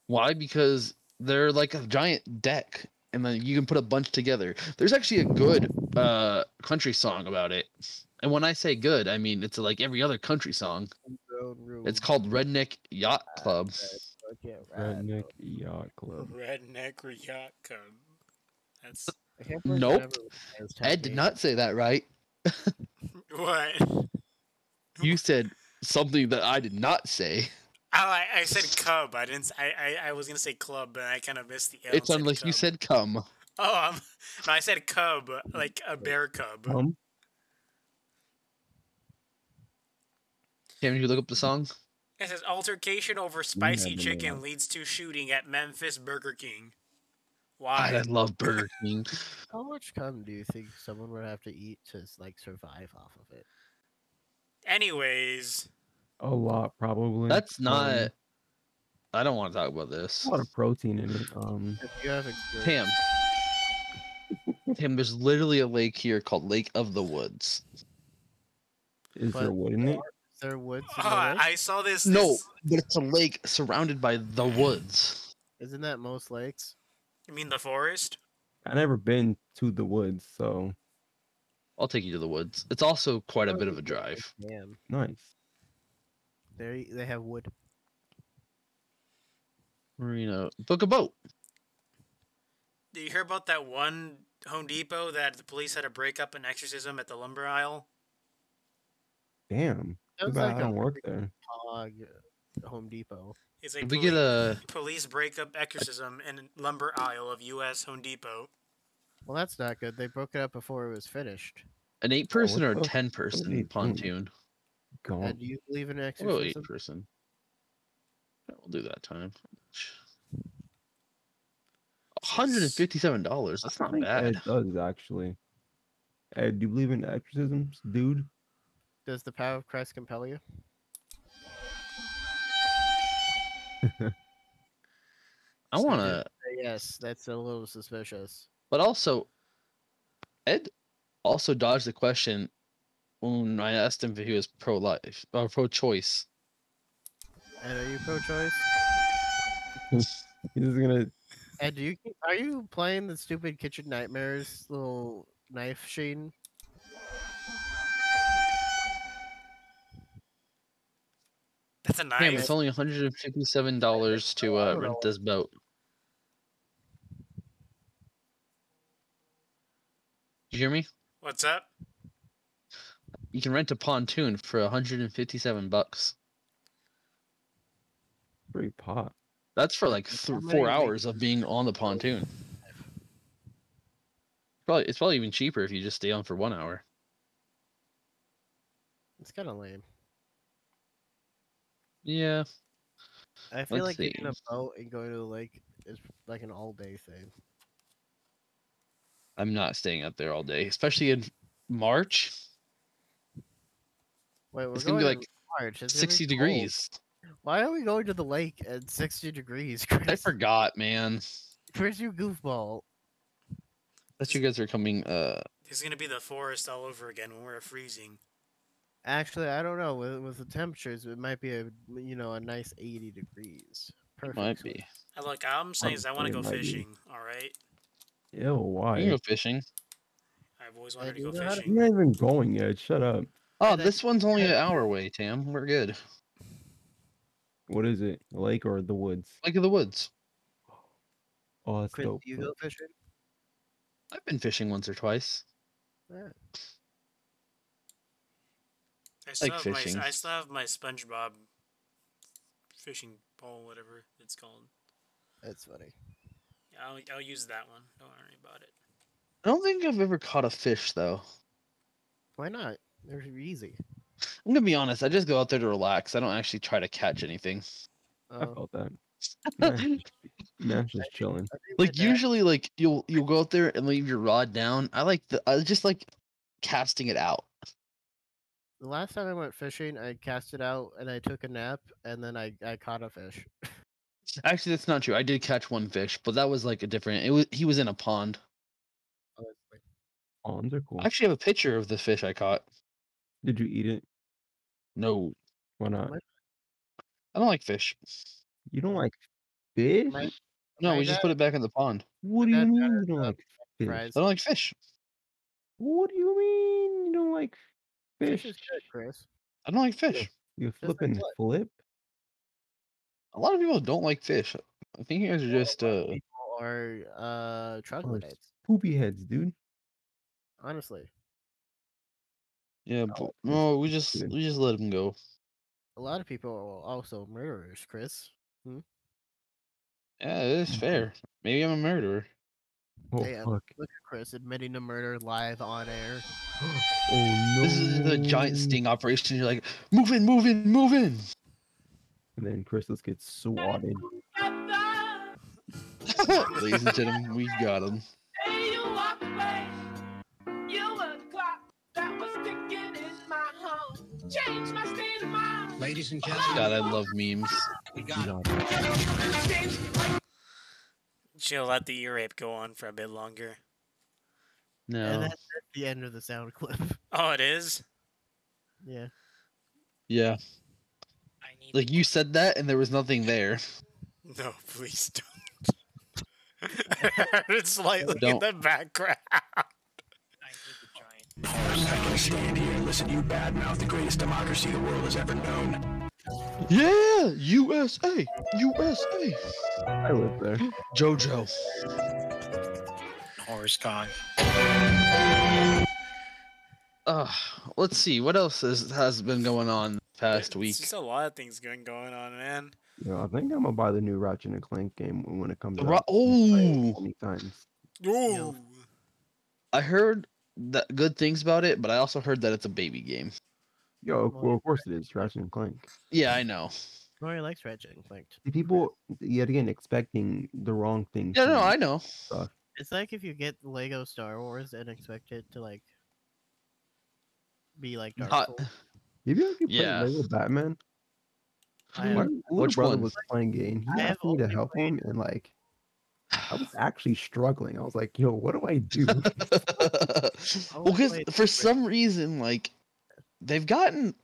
Speaker 2: Why? Because they're like a giant deck, and then you can put a bunch together. There's actually a good uh, country song about it. And when I say good, I mean it's like every other country song. It's called Redneck Yacht Club.
Speaker 3: Redneck yacht club.
Speaker 1: Redneck yacht club. That's
Speaker 2: Nope. Ed did not say that right.
Speaker 1: what. Oh,
Speaker 2: You said something that I did not say.
Speaker 1: Oh, I, I said cub. I didn't. s- I, I, I was gonna say club, but I kind of missed the. L
Speaker 2: It
Speaker 1: and
Speaker 2: sounded like you
Speaker 1: cub.
Speaker 2: said come.
Speaker 1: Oh, um, no, I said cub, like a bear cub.
Speaker 4: Mm-hmm.
Speaker 2: Oh
Speaker 3: Um,
Speaker 2: Can you look up the song?
Speaker 1: It says altercation over spicy
Speaker 3: never
Speaker 1: chicken
Speaker 3: know.
Speaker 1: leads to shooting at Memphis Burger King.
Speaker 2: God, I
Speaker 1: Why?
Speaker 2: love Burger King.
Speaker 4: How much cum do you think someone would have to eat to s- like survive off of it?
Speaker 1: Anyways,
Speaker 3: a lot probably.
Speaker 2: That's not.
Speaker 3: Um,
Speaker 2: I don't want to talk about this.
Speaker 3: a lot of protein in it. Um,
Speaker 4: If you have a good-
Speaker 2: Tam. Tam, there's literally a lake here called Lake of the Woods.
Speaker 3: is
Speaker 4: But
Speaker 3: there wood in it?
Speaker 4: is there woods in the
Speaker 1: oh, *laughs*
Speaker 4: lake?
Speaker 1: I saw this.
Speaker 2: No,
Speaker 1: this-
Speaker 2: but it's a lake surrounded by the woods.
Speaker 4: Isn't that most lakes?
Speaker 1: You mean the forest?
Speaker 3: I never been to the woods, so
Speaker 2: I'll take you to the woods. It's also quite a bit of a drive.
Speaker 4: Damn.
Speaker 3: nice.
Speaker 4: They they have wood.
Speaker 2: Marina, book a boat.
Speaker 1: Did you hear about that one Home Depot that the police had to break up an exorcism at the lumber aisle?
Speaker 3: Damn. Too
Speaker 4: Sounds
Speaker 3: bad
Speaker 4: like
Speaker 3: I
Speaker 4: a
Speaker 3: don't work
Speaker 4: freaking
Speaker 3: there.
Speaker 4: hog Home Depot.
Speaker 1: It's a
Speaker 2: we get
Speaker 1: poli-
Speaker 2: a
Speaker 1: police breakup exorcism in lumber aisle of U.S. Home Depot.
Speaker 4: Well, that's not good. They broke it up before it was finished.
Speaker 2: an eight person or a
Speaker 3: the-
Speaker 2: ten person
Speaker 3: eight-
Speaker 2: pontoon?
Speaker 4: Uh,
Speaker 3: Gone.
Speaker 4: do you believe in
Speaker 2: Oh, eight
Speaker 4: exorcism?
Speaker 2: person. Yeah, We'll do that time. Hundred and fifty-seven dollars. That's
Speaker 3: I
Speaker 2: not
Speaker 3: think Ed
Speaker 4: *laughs*
Speaker 2: bad.
Speaker 3: does actually. Ed, do you believe in exorcisms, dude?
Speaker 4: *laughs* Does the power of Christ compel you?
Speaker 2: I want to,
Speaker 4: Uh, Yes, that's a little suspicious.
Speaker 2: but also, Ed also dodged the question when I asked him if he was pro-life or pro-choice.
Speaker 4: And are you pro-choice?
Speaker 3: He's just gonna.
Speaker 4: And do you keep- are you playing the stupid Kitchen Nightmares little knife sheen?
Speaker 1: That's a
Speaker 2: Damn,
Speaker 1: knife.
Speaker 2: it's only hundred and fifty-seven dollars to uh, rent this boat. You hear me?
Speaker 1: What's up?
Speaker 2: You can rent a pontoon for hundred and fifty-seven bucks.
Speaker 3: Pretty pot.
Speaker 2: That's for like th-
Speaker 4: somebody
Speaker 2: four
Speaker 4: like-
Speaker 2: hours of being on the pontoon. Probably it's probably even cheaper if you just stay on for one hour.
Speaker 4: It's kind of lame.
Speaker 2: Yeah,
Speaker 4: I feel
Speaker 2: Let's
Speaker 4: like getting a
Speaker 2: see.
Speaker 4: boat and going to the lake is like an all-day thing.
Speaker 2: I'm not staying up there all day, especially in March.
Speaker 4: Wait, we're
Speaker 2: It's
Speaker 4: going
Speaker 2: gonna be
Speaker 4: to
Speaker 2: like
Speaker 4: March. It's gonna be
Speaker 2: sixty
Speaker 4: cold.
Speaker 2: degrees.
Speaker 4: Why are we going to the lake at 60 degrees,
Speaker 2: I
Speaker 4: Chris?
Speaker 2: forgot, man.
Speaker 4: Where's your goofball?
Speaker 2: That you guys are coming. Uh,
Speaker 1: It's gonna be the forest all over again when we're freezing.
Speaker 4: Actually, I don't know. With, with the temperatures, it might be a you know a nice 80 degrees. Perfect.
Speaker 2: might
Speaker 4: so-
Speaker 2: be.
Speaker 1: Uh, Look, all I'm saying is I want to
Speaker 3: Honestly,
Speaker 1: go
Speaker 3: it might be.
Speaker 1: fishing. All right,
Speaker 3: Ew, why?
Speaker 2: You can go fishing.
Speaker 1: I've always
Speaker 4: I
Speaker 1: wanted to
Speaker 4: do
Speaker 1: go
Speaker 4: know how to-
Speaker 1: fishing.
Speaker 3: You're not even going yet. Shut up.
Speaker 2: Oh,
Speaker 4: that-
Speaker 2: this one's only an hour away, Tam. We're good.
Speaker 3: What is it? The lake or the woods?
Speaker 2: Lake of the Woods.
Speaker 3: Oh, that's
Speaker 4: Chris, do
Speaker 3: dope.
Speaker 4: you go fishing?
Speaker 2: I've been fishing once or twice.
Speaker 4: Yeah.
Speaker 1: I still,
Speaker 2: like
Speaker 1: have
Speaker 2: fishing.
Speaker 1: My, I still have my SpongeBob fishing pole, whatever it's called.
Speaker 4: That's funny.
Speaker 1: I'll, I'll use that one. Don't worry about it.
Speaker 2: I don't think I've ever caught a fish though.
Speaker 4: Why not? They're e, easy.
Speaker 2: I'm gonna be honest. I just go out there to relax. I don't actually try to catch anything.
Speaker 4: Uh,
Speaker 3: I
Speaker 2: Oh,
Speaker 3: felt that.
Speaker 2: *laughs*
Speaker 3: Nah, nah, just chilling.
Speaker 4: I think my
Speaker 2: like
Speaker 4: dad-
Speaker 2: usually like you'll you'll go out there and leave your rod down i like the i just like casting it out
Speaker 4: the last time I went fishing, I cast it out and I took a nap and then I, I caught a fish.
Speaker 2: actually that's not true i did catch one fish but that was like a different it was he was in a pond
Speaker 3: Oh, they're cool.
Speaker 2: i actually have a picture of the fish i caught
Speaker 3: Did you eat it?
Speaker 2: no
Speaker 3: Why not?
Speaker 4: What?
Speaker 2: i don't like fish
Speaker 3: You don't like fish?
Speaker 4: My-
Speaker 2: no
Speaker 4: My
Speaker 2: we just put it back in the pond
Speaker 3: What do
Speaker 4: my
Speaker 3: you
Speaker 4: dad
Speaker 3: mean
Speaker 4: got
Speaker 3: you don't
Speaker 4: uh,
Speaker 3: like fish?
Speaker 4: Fries.
Speaker 2: i don't like fish Oh,
Speaker 3: What do you mean you don't like
Speaker 4: Fish
Speaker 3: fish?
Speaker 4: is good, Chris.
Speaker 2: i don't like fish
Speaker 3: You
Speaker 4: like
Speaker 3: flipping
Speaker 4: what?
Speaker 3: flip?
Speaker 2: a lot of people don't like fish i think you guys are just uh
Speaker 4: Or uh, troglodytes.
Speaker 3: Poopy heads, dude.
Speaker 4: Honestly,
Speaker 2: yeah
Speaker 3: I
Speaker 2: but,
Speaker 3: like fish.
Speaker 2: no we just
Speaker 3: Dude.
Speaker 2: we just let him go
Speaker 4: a lot of people are also murderers, Chris.
Speaker 2: yeah it is
Speaker 3: Mm-hmm.
Speaker 2: fair maybe i'm a murderer
Speaker 3: Oh
Speaker 4: Hey, uh,
Speaker 3: fuck. *gasps*
Speaker 4: Look at Chris admitting to murder live on air.
Speaker 3: Oh no.
Speaker 2: this is the giant sting operation you're like move in move in move in
Speaker 3: And then Crystals gets swatted.
Speaker 2: *laughs* Ladies
Speaker 3: *laughs*
Speaker 2: and gentlemen, we got him.
Speaker 6: Hey, you walked away. You were the clock that was ticking in my home. Changed my state of mind.
Speaker 5: Ladies and
Speaker 2: God, I love memes.
Speaker 5: we got it.
Speaker 6: Changed
Speaker 1: She'll let the ear rape go on for a bit longer.
Speaker 4: And
Speaker 2: No.
Speaker 4: that's at the end of the sound clip.
Speaker 1: Oh, it is.
Speaker 4: Yeah.
Speaker 2: Yeah.
Speaker 5: I need
Speaker 2: Like you said that and there was nothing there.
Speaker 1: No, please don't. *laughs* I heard it slightly
Speaker 2: Don't.
Speaker 1: in the background.
Speaker 5: I need the giant.
Speaker 7: I can stand here and listen to you badmouth the greatest democracy the world has ever known.
Speaker 2: Yeah! USA! USA!
Speaker 3: I live there.
Speaker 2: Jojo.
Speaker 5: Horror's gone.
Speaker 2: Uh let's see, what else is, has been going on past
Speaker 1: There's
Speaker 2: week.
Speaker 1: just a lot of things going going on, man.
Speaker 3: You know, I think I'm gonna buy the new Ratchet and Clank game when it comes
Speaker 2: The Ra-
Speaker 3: out. and play it
Speaker 2: Ooh.
Speaker 3: 20 times.
Speaker 1: Ooh.
Speaker 2: I heard that good things about it, but I also heard that it's a baby game.
Speaker 3: Yo, of-
Speaker 4: Well,
Speaker 3: well, of course it is Ratchet and Clank.
Speaker 2: Yeah, I know.
Speaker 4: Rory likes Ratchet and Clank.
Speaker 3: See, People yet again expecting the wrong thing.
Speaker 2: Yeah, no,
Speaker 3: from
Speaker 2: I know.
Speaker 4: It's like if you get Lego Star Wars and expect it to like be like Dark
Speaker 2: Not- *laughs*
Speaker 4: Souls.
Speaker 3: Have you ever played
Speaker 2: Yeah.
Speaker 3: Lego Batman?
Speaker 4: I
Speaker 3: My
Speaker 4: have,
Speaker 3: little
Speaker 2: Which
Speaker 3: brother
Speaker 2: one?
Speaker 3: was playing it and
Speaker 4: I
Speaker 3: he
Speaker 4: have
Speaker 3: asked me to
Speaker 4: only
Speaker 3: help him and like I was actually struggling. I was like, yo, what do I do? *laughs*
Speaker 2: *laughs* well, because
Speaker 4: played
Speaker 2: for
Speaker 4: Ridge.
Speaker 2: some reason, like they've gotten,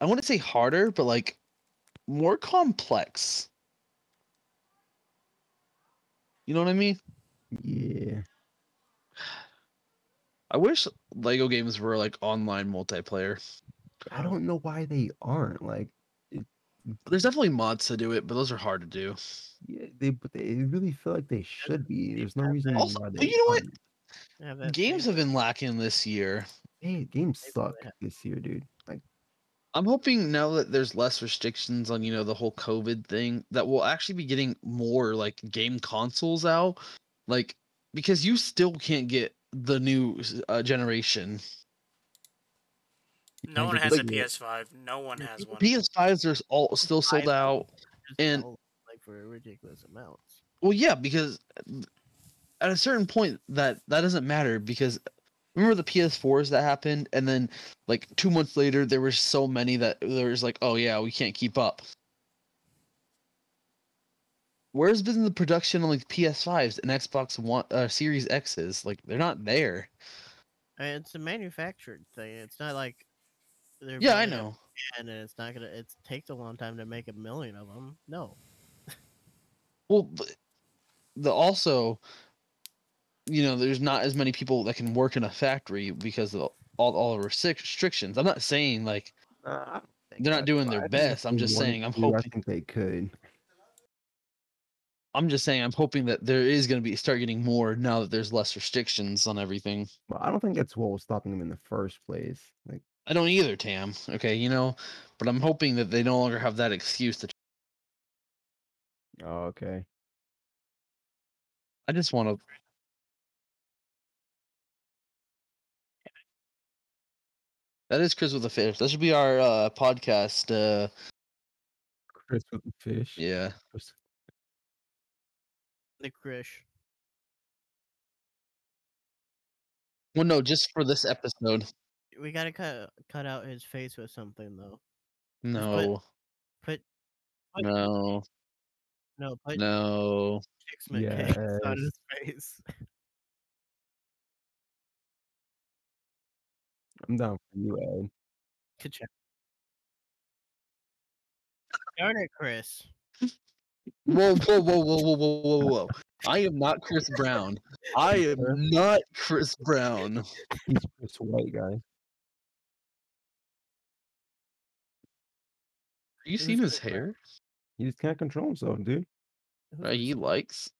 Speaker 2: I wouldn't say harder, but like more complex. You know what I mean?
Speaker 3: yeah.
Speaker 2: I wish Lego games were like online multiplayer.
Speaker 3: I don't know why they aren't. Like
Speaker 2: There's definitely mods to do it, but those are hard to do.
Speaker 3: yeah, they but they really feel like they should be. There's no
Speaker 4: have
Speaker 3: reason
Speaker 4: that-
Speaker 2: Also-
Speaker 3: why
Speaker 2: but
Speaker 3: they
Speaker 2: you know what?
Speaker 3: aren't.
Speaker 4: I have that
Speaker 2: Games
Speaker 4: thing.
Speaker 2: have been lacking this year.
Speaker 3: Hey, games
Speaker 4: They really
Speaker 3: suck
Speaker 4: have-
Speaker 3: this year, dude. Like
Speaker 2: I'm hoping now that there's less restrictions on, you know, the whole COVID thing, that we'll actually be getting more like game consoles out. Like, because you still can't get the new s- uh, generation.
Speaker 1: No one
Speaker 3: Like,
Speaker 1: has a
Speaker 3: like-
Speaker 1: PS5. No one has one.
Speaker 2: PS5s are all still sold
Speaker 4: I-
Speaker 2: out.
Speaker 4: Just
Speaker 2: and-
Speaker 4: sell, like for ridiculous amounts.
Speaker 2: Well, yeah, because uh, at a certain point that that doesn't matter because remember the PS4s that happened, and then like two months later there were so many that there was like, oh yeah, we can't keep up. Where's been the production on like PS5s and Xbox One uh, Series X's? Like they're not there.
Speaker 4: I mean, it's a manufactured thing. It's not like they're
Speaker 2: Yeah, I
Speaker 4: building a
Speaker 2: know.
Speaker 4: brand and it's not gonna. It takes a long time to make a million of them. No,
Speaker 2: Well, but the also, you know, there's not as many people that can work in a factory because of all all the restric- restrictions. I'm not saying like
Speaker 3: uh, I don't think
Speaker 2: They're not
Speaker 3: that's
Speaker 2: doing
Speaker 3: why.
Speaker 2: their
Speaker 3: I think
Speaker 2: best,
Speaker 3: if
Speaker 2: I'm
Speaker 3: they
Speaker 2: just
Speaker 3: wanted
Speaker 2: saying, I'm
Speaker 3: to, I
Speaker 2: hoping-
Speaker 3: think they could.
Speaker 2: I'm just saying I'm hoping that there is going to be start getting more now that there's less restrictions on everything.
Speaker 3: But I don't think that's what was stopping them in the first place. Like
Speaker 2: I don't either, Tam. Okay, you know, but I'm hoping that they no longer have that excuse to
Speaker 3: Oh, okay.
Speaker 2: I just want to That is Chris with a fish. That should be our uh, podcast. Uh,
Speaker 3: Chris with the fish.
Speaker 2: yeah,
Speaker 3: Chris-
Speaker 4: the Krish.
Speaker 2: well, no, just for this episode.
Speaker 4: We gotta cut cut out his face with something though.
Speaker 2: No,
Speaker 4: Put put-
Speaker 2: no,
Speaker 4: no put
Speaker 2: no.
Speaker 4: Chicks McCakes on his *laughs* face.
Speaker 3: I'm down for you, Ed.
Speaker 4: Ka-chow. Darn it, Chris.
Speaker 2: Whoa, whoa, whoa, whoa, whoa, whoa, whoa, whoa! I am not Chris Brown. I am not Chris Brown.
Speaker 3: He's Chris White guy.
Speaker 2: Have you
Speaker 4: It
Speaker 2: seen
Speaker 4: was
Speaker 2: his
Speaker 4: good, right?
Speaker 2: hair?
Speaker 3: He just can't control himself, dude.
Speaker 2: Right, he likes.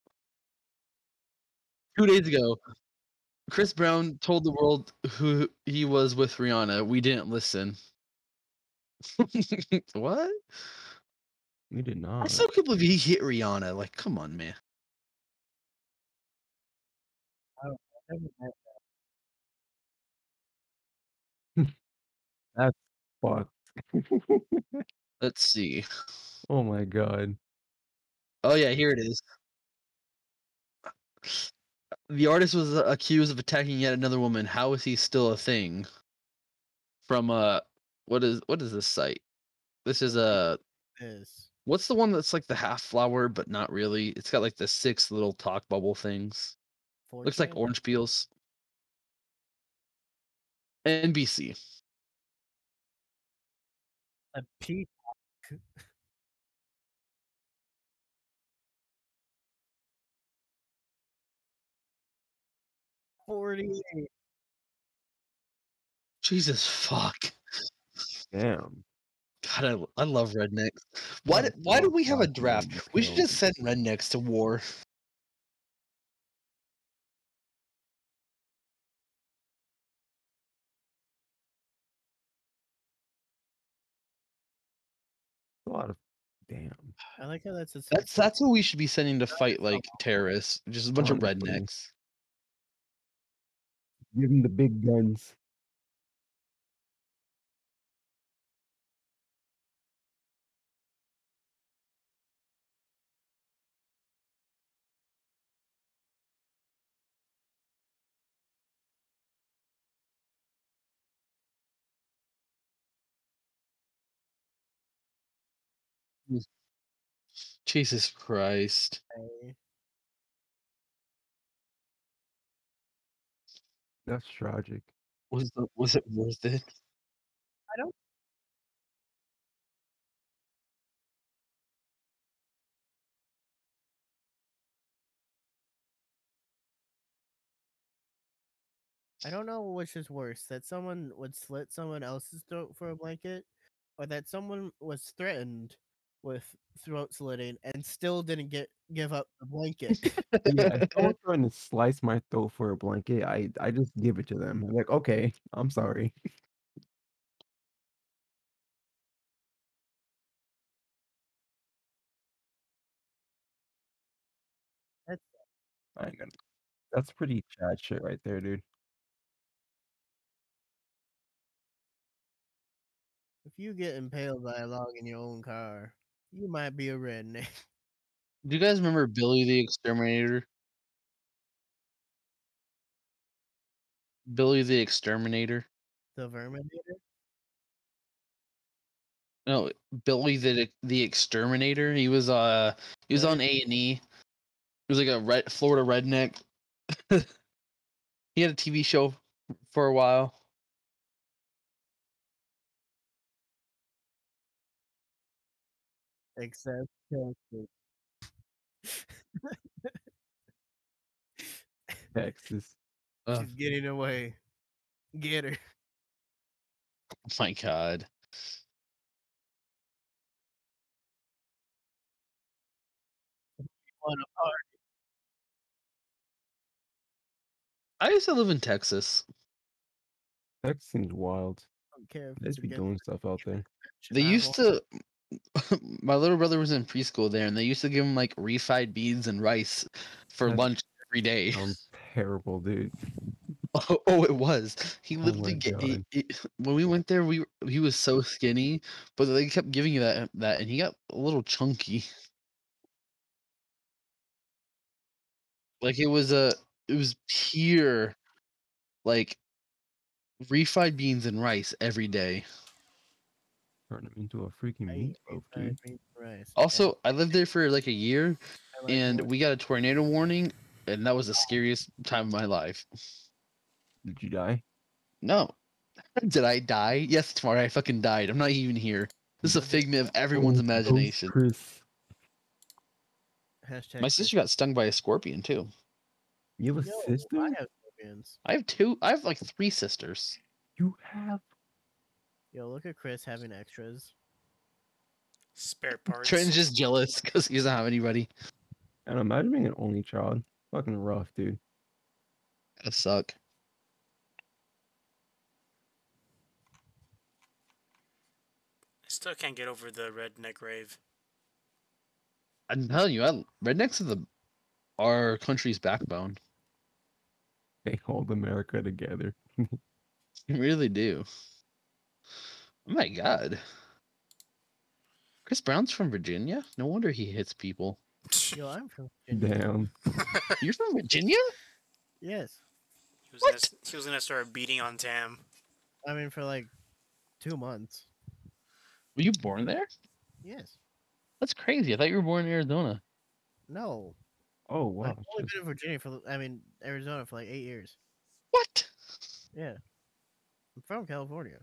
Speaker 2: Two days ago, Chris Brown told the world who he was with Rihanna. We didn't listen. *laughs* what?
Speaker 3: He did not.
Speaker 2: I still can't believe he hit Rihanna. Like, come on, man.
Speaker 3: Fuck. *laughs*
Speaker 2: Let's see.
Speaker 3: oh my god.
Speaker 2: Oh yeah, here it is. The artist was uh, accused of attacking yet another woman. How is he still a thing? From uh, what is what is this site? This is uh,
Speaker 4: This.
Speaker 2: what's the one that's like the half flower but not really? It's got like the six little talk bubble things. Looks like
Speaker 4: 4chan?
Speaker 2: orange peels. NBC.
Speaker 4: a peacock. *laughs* Forty-eight.
Speaker 2: Jesus fuck.
Speaker 3: Damn.
Speaker 2: God, I, lo- I love rednecks. Why
Speaker 3: Yeah,
Speaker 2: do, why do
Speaker 3: fuck
Speaker 2: we have a
Speaker 3: that,
Speaker 2: draft?
Speaker 3: dude,
Speaker 2: We should
Speaker 3: no.
Speaker 2: just send rednecks to war.
Speaker 3: A lot of damn.
Speaker 4: I like how that's a
Speaker 2: That's that's who we should be sending to fight like terrorists. Just a bunch of
Speaker 3: Honestly.
Speaker 2: rednecks.
Speaker 3: Give him the big guns.
Speaker 2: Jesus Christ.
Speaker 3: That's tragic.
Speaker 2: Was the, was it worth it?
Speaker 4: I don't know which is worse that someone would slit someone else's throat for a blanket, or that someone was threatened with throat slitting and still didn't get give up the blanket.
Speaker 3: Yeah,
Speaker 4: *laughs*
Speaker 3: if someone's trying to slice my throat for a blanket, I, I just give it to them. I'm like, okay, I'm sorry.
Speaker 4: That's-
Speaker 3: I ain't gonna- That's pretty chad shit right there, dude.
Speaker 4: if you get impaled by a log in your own car, you might be a redneck. *laughs*
Speaker 2: Do you guys remember Billy the Exterminator? Billy the Exterminator?
Speaker 4: The vermin.
Speaker 2: No, Billy the the Exterminator. He was uh he was on A and E. He was like a red Florida redneck. *laughs* he had a TV show for a while.
Speaker 4: Except Texas.
Speaker 3: Texas.
Speaker 2: Ugh.
Speaker 4: she's getting away. Get her. *laughs*
Speaker 2: Oh my god.
Speaker 4: On a park.
Speaker 2: I used to live in Texas.
Speaker 3: Texas seems wild.
Speaker 4: I don't care if
Speaker 3: They
Speaker 4: it's
Speaker 3: just be
Speaker 4: against
Speaker 3: doing stuff out there.
Speaker 2: They used
Speaker 4: Chicago.
Speaker 2: to. *laughs* My little brother was in preschool there, and they used to give him like refried beans and rice for
Speaker 3: That's-
Speaker 2: lunch every day.
Speaker 4: *laughs*
Speaker 3: Sounds terrible, dude.
Speaker 2: Oh, *laughs* oh, it was. He
Speaker 3: Oh
Speaker 2: lived
Speaker 3: my
Speaker 2: in. ga- he-
Speaker 3: God.
Speaker 2: he- *laughs* when we went there, we were- he was so skinny, but they kept giving you that that, and he got a little chunky. Like it was a, it was pure, like, refried beans and rice every day.
Speaker 3: Turn him into a freaking
Speaker 4: I eat
Speaker 3: meatloaf,
Speaker 4: fried
Speaker 3: dude.
Speaker 4: beans and rice, and
Speaker 2: Also, I lived there for like a year,
Speaker 4: I like
Speaker 2: and
Speaker 4: more-
Speaker 2: we got a tornado warning, and that was the scariest time of my life.
Speaker 3: Did you die?
Speaker 2: No, *laughs* did I die? Yes, tomorrow I fucking died. I'm not even here. This is a figment of everyone's
Speaker 3: Oh, ghost
Speaker 2: imagination.
Speaker 3: Chris.
Speaker 4: hashtag
Speaker 2: My
Speaker 4: fish-
Speaker 2: sister got stung by a scorpion too.
Speaker 3: You have a
Speaker 4: No,
Speaker 3: sister?
Speaker 4: I have scorpions.
Speaker 2: I have two. I have like three sisters.
Speaker 3: You have
Speaker 4: Yo, look at Chris having extras.
Speaker 1: Spare parts.
Speaker 2: Trenton's just jealous because he doesn't have anybody.
Speaker 3: And imagine being an only child. Fucking rough, dude.
Speaker 2: That suck.
Speaker 1: I still can't get over the redneck rave.
Speaker 2: I'm telling you, I, rednecks are the our country's backbone.
Speaker 3: They hold America together.
Speaker 2: They really do. Oh my god. Chris Brown's from Virginia. No wonder he hits people.
Speaker 4: Yo, I'm from Virginia.
Speaker 3: Damn.
Speaker 2: You're from Virginia?
Speaker 4: Yes.
Speaker 1: He was, gonna, s- he was gonna start beating on Tam.
Speaker 4: I mean, for like two months.
Speaker 2: Were you born there?
Speaker 4: Yes.
Speaker 2: That's crazy. I thought you were born in Arizona.
Speaker 4: No.
Speaker 3: Oh wow.
Speaker 4: I've only
Speaker 3: shit.
Speaker 4: been in Virginia for, I mean, Arizona for like eight years.
Speaker 2: What?
Speaker 4: Yeah. I'm from California.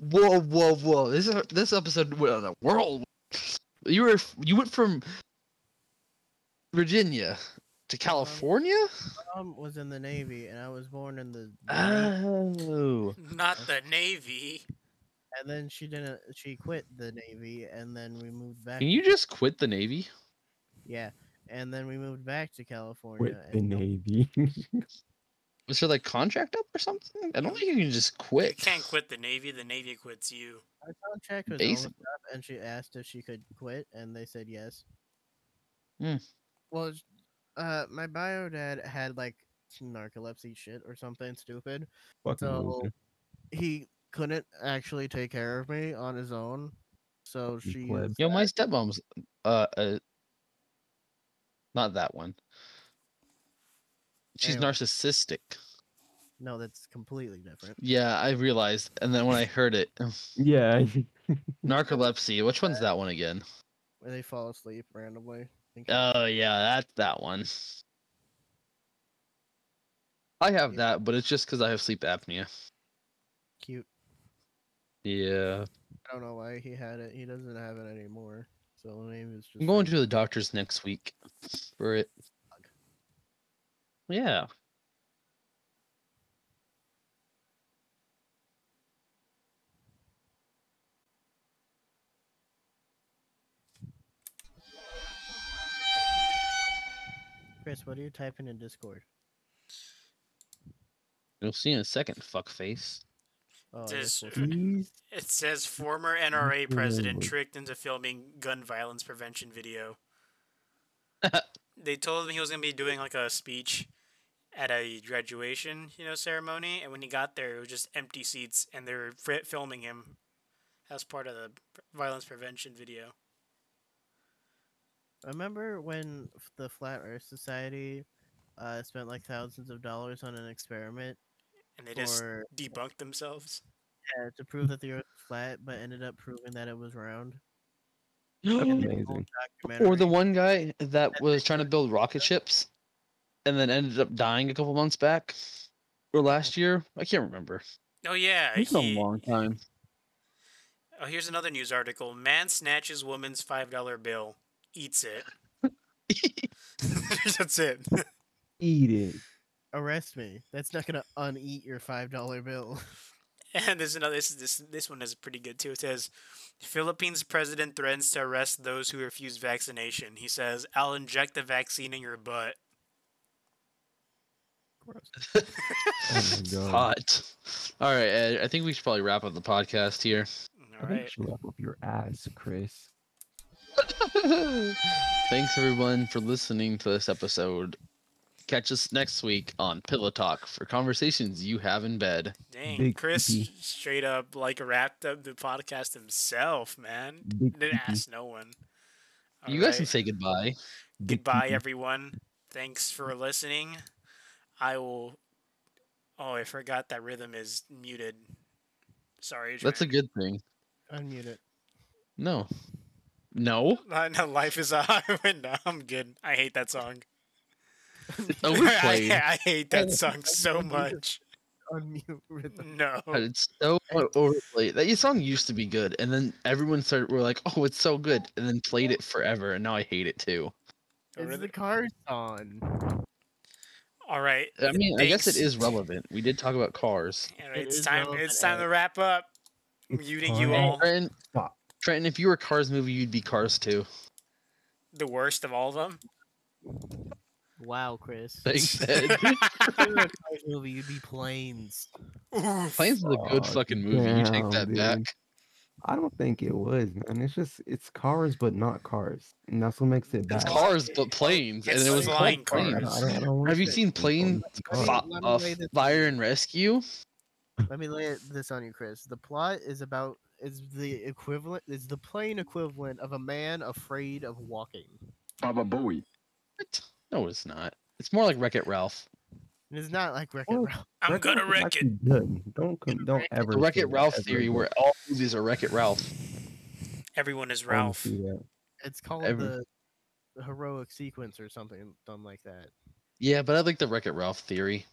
Speaker 2: whoa, whoa, whoa! This is- this episode went on a whirl. You were you went from Virginia to California.
Speaker 4: My mom was in the Navy, and I was born in the. the
Speaker 2: Ah.
Speaker 4: Navy,
Speaker 2: Oh,
Speaker 1: Not the Navy.
Speaker 4: and then she didn't. She quit the Navy, and then we moved back.
Speaker 2: can you just quit the Navy?
Speaker 4: Yeah. And then we moved back to California.
Speaker 3: *laughs* Quit the
Speaker 4: and
Speaker 3: navy.
Speaker 2: Was there like contract up or something? I don't think you can just quit.
Speaker 1: You can't quit the Navy. The Navy quits you.
Speaker 4: Her contract was almost
Speaker 2: Basically.
Speaker 4: up, and she asked if she could quit, and they said yes.
Speaker 2: Hmm.
Speaker 4: Well, it's- uh, my bio dad had like some narcolepsy shit or something stupid,
Speaker 3: Fucking
Speaker 2: Oh,
Speaker 4: so *laughs*
Speaker 3: loser.
Speaker 4: he couldn't actually take care of me on his own. So
Speaker 3: You
Speaker 4: she
Speaker 3: pleb.
Speaker 4: used
Speaker 2: Yo, my
Speaker 4: that-
Speaker 2: stepmom's uh, uh not that one. She's
Speaker 4: Anyway.
Speaker 2: narcissistic.
Speaker 4: no, that's completely different.
Speaker 2: Yeah, I realized, and then when I heard it,
Speaker 3: Yeah. *laughs*
Speaker 2: narcolepsy. Which one's that one again?
Speaker 4: Where they fall asleep randomly. and can't-
Speaker 2: Oh yeah, that's that one. I have that, but it's just because I have sleep apnea.
Speaker 4: cute.
Speaker 2: Yeah,
Speaker 4: I don't know why he had it. He doesn't have it anymore. So maybe it's just
Speaker 2: I'm going
Speaker 4: like-
Speaker 2: to the doctor's next week for it. Yeah.
Speaker 4: Chris. What are you typing in Discord?
Speaker 2: You'll see in a second, *gasps* fuckface.
Speaker 4: Oh, I
Speaker 1: Dis-
Speaker 4: guess
Speaker 2: *clears throat*
Speaker 4: we'll-
Speaker 3: Please.
Speaker 1: It says former NRA president
Speaker 3: Ooh.
Speaker 1: tricked into filming gun violence prevention video. they told him he was gonna be doing like a speech at a graduation, you know, ceremony, and when he got there, it was just empty seats, and they were fri filming him as part of the pr- violence prevention video.
Speaker 4: I remember when f- the Flat Earth Society uh, spent like thousands of dollars on an experiment
Speaker 1: And they just
Speaker 4: for
Speaker 1: debunked themselves.
Speaker 4: uh, to prove that the Earth was flat, but ended up proving that it was round.
Speaker 3: That's
Speaker 4: And the whole
Speaker 3: amazing.
Speaker 2: Or the
Speaker 4: documentary-
Speaker 2: one guy that
Speaker 4: That
Speaker 2: was trying to build rocket ships and then ended up dying a couple months back or last year. I can't remember.
Speaker 1: Oh yeah,
Speaker 2: It's a
Speaker 1: he-
Speaker 2: long time.
Speaker 1: Oh, here's another news article: Man snatches woman's five dollar bill, eats it. *laughs* That's it.
Speaker 3: Eat it.
Speaker 4: arrest me. That's not gonna uneat your five dollar bill. *laughs*
Speaker 1: And there's another. This is- this this one is pretty good too. It says, Philippines president threatens to arrest those who refuse vaccination. He says, "I'll inject the vaccine in your butt."
Speaker 2: *laughs*
Speaker 3: Oh my god.
Speaker 2: Hot. All right, Ed, I think we should probably wrap up the podcast here.
Speaker 1: All
Speaker 3: I think
Speaker 1: right.
Speaker 3: you should wrap up your ass, Chris.
Speaker 2: Thanks everyone for listening to this episode. Catch us next week on Pillow Talk for conversations you have in bed.
Speaker 1: Dang,
Speaker 3: Big
Speaker 1: Chris
Speaker 3: pee.
Speaker 1: straight up like wrapped up the podcast himself, man.
Speaker 3: Big
Speaker 1: Didn't
Speaker 3: pee-pee.
Speaker 1: ask no one. All
Speaker 2: you guys can
Speaker 1: right.
Speaker 2: say goodbye.
Speaker 3: Big
Speaker 1: Goodbye,
Speaker 3: pee-pee.
Speaker 1: everyone. Thanks for listening. I will. Oh, I forgot that rhythm is muted. Sorry.
Speaker 2: That's a
Speaker 1: Adrian.
Speaker 2: good thing.
Speaker 4: Unmute it.
Speaker 2: No.
Speaker 1: *laughs*
Speaker 2: No.
Speaker 1: *laughs* I know life *laughs* is a highway. No, I'm good. I hate that song. *laughs*
Speaker 2: Overplayed.
Speaker 1: I, I hate that song so much.
Speaker 4: Unmute *laughs* rhythm.
Speaker 1: No.
Speaker 2: God, it's so o- overplayed. That song used to be good, and then everyone started. We're like, "Oh, it's so good," and then played it forever, and now I hate it too.
Speaker 4: It's
Speaker 1: Really?
Speaker 4: the cars on.
Speaker 1: All right.
Speaker 2: I mean, I guess it
Speaker 1: Thanks.
Speaker 2: is relevant. We did talk about cars.
Speaker 1: All right,
Speaker 4: It
Speaker 1: it's
Speaker 4: is
Speaker 1: time.
Speaker 4: relevant,
Speaker 1: It's time to
Speaker 4: Eric.
Speaker 1: wrap up.
Speaker 3: It's
Speaker 1: Muting you
Speaker 3: time.
Speaker 1: all.
Speaker 2: Trenton,
Speaker 3: Stop.
Speaker 2: Trenton, if you were a Cars movie, you'd be Cars too. *laughs*
Speaker 1: The worst of all of them.
Speaker 4: Wow, Chris.
Speaker 2: Thanks, Ed. *laughs*
Speaker 4: If you were a Cars movie, you'd be planes.
Speaker 1: Oof.
Speaker 2: Planes is a good
Speaker 3: Aw,
Speaker 2: fucking movie. you take
Speaker 3: damn,
Speaker 2: that
Speaker 3: dude.
Speaker 2: back.
Speaker 3: I don't think it was, man. It's just it's cars, but not cars, and that's what makes it bad.
Speaker 2: It's Cars, but planes,
Speaker 1: It's
Speaker 2: and it was called
Speaker 1: flying
Speaker 3: I don't- I
Speaker 2: planes.
Speaker 1: cars.
Speaker 3: don't- I don't
Speaker 2: Have
Speaker 3: like
Speaker 2: you
Speaker 3: it.
Speaker 2: seen
Speaker 3: It's not
Speaker 2: Plane
Speaker 4: I mean,
Speaker 2: Fi-
Speaker 3: cars.
Speaker 4: let me
Speaker 2: uh,
Speaker 4: lay this-
Speaker 2: Fire and Rescue?
Speaker 4: Let me lay this on you, Chris. The plot is about is the equivalent is the plain equivalent of a man afraid of walking.
Speaker 7: Baba Bowie.
Speaker 2: What? No, it's not. It's more like Wreck It Ralph.
Speaker 4: And it's not like Wreck
Speaker 3: Oh,
Speaker 4: Ralph.
Speaker 1: I'm
Speaker 3: Wreck-It
Speaker 1: gonna
Speaker 3: Ralph is
Speaker 1: wreck
Speaker 3: actually
Speaker 1: it.
Speaker 3: Good. Don't con- don't ever.
Speaker 2: The Wreck
Speaker 3: say
Speaker 2: It
Speaker 3: that
Speaker 2: Ralph
Speaker 3: ever
Speaker 2: theory,
Speaker 3: again.
Speaker 2: where all movies are Wreck It Ralph.
Speaker 1: Everyone is
Speaker 3: I wanna
Speaker 1: Ralph.
Speaker 3: see that.
Speaker 4: It's called
Speaker 2: Every-
Speaker 4: the the heroic sequence or something dumb like that.
Speaker 2: Yeah, but I like the Wreck It Ralph theory.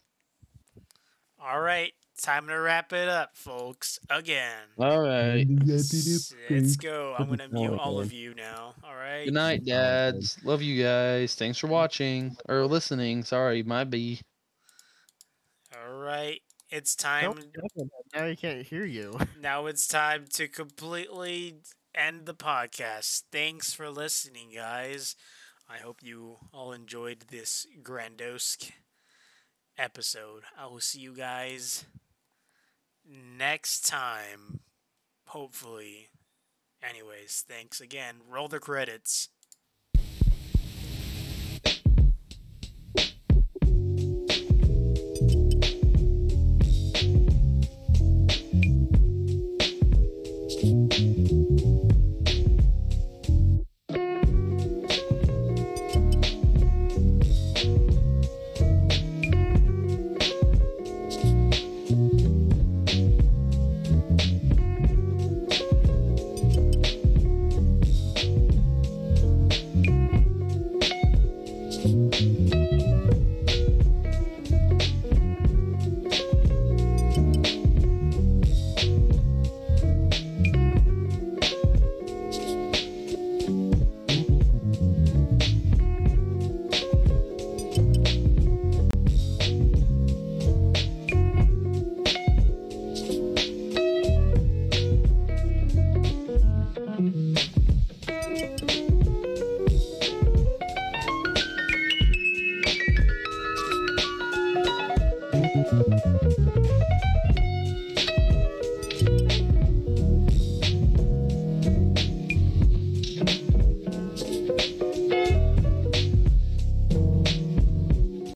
Speaker 1: All right, time to wrap it up, folks. Again.
Speaker 2: All right.
Speaker 1: S- Let's go. I'm gonna
Speaker 3: Oh,
Speaker 1: mute all
Speaker 3: okay.
Speaker 1: of you now. All right.
Speaker 2: Good night, dads. Love you guys. Thanks for watching or listening. Sorry, my B.
Speaker 1: All right. It's
Speaker 4: Don't
Speaker 1: time.
Speaker 4: jump on that, Now he can't hear you.
Speaker 1: Now it's time to completely end the podcast. Thanks for listening, guys. I hope you all enjoyed this grandiose episode. I will see you guys next time. Hopefully. Anyways, thanks again. Roll the credits.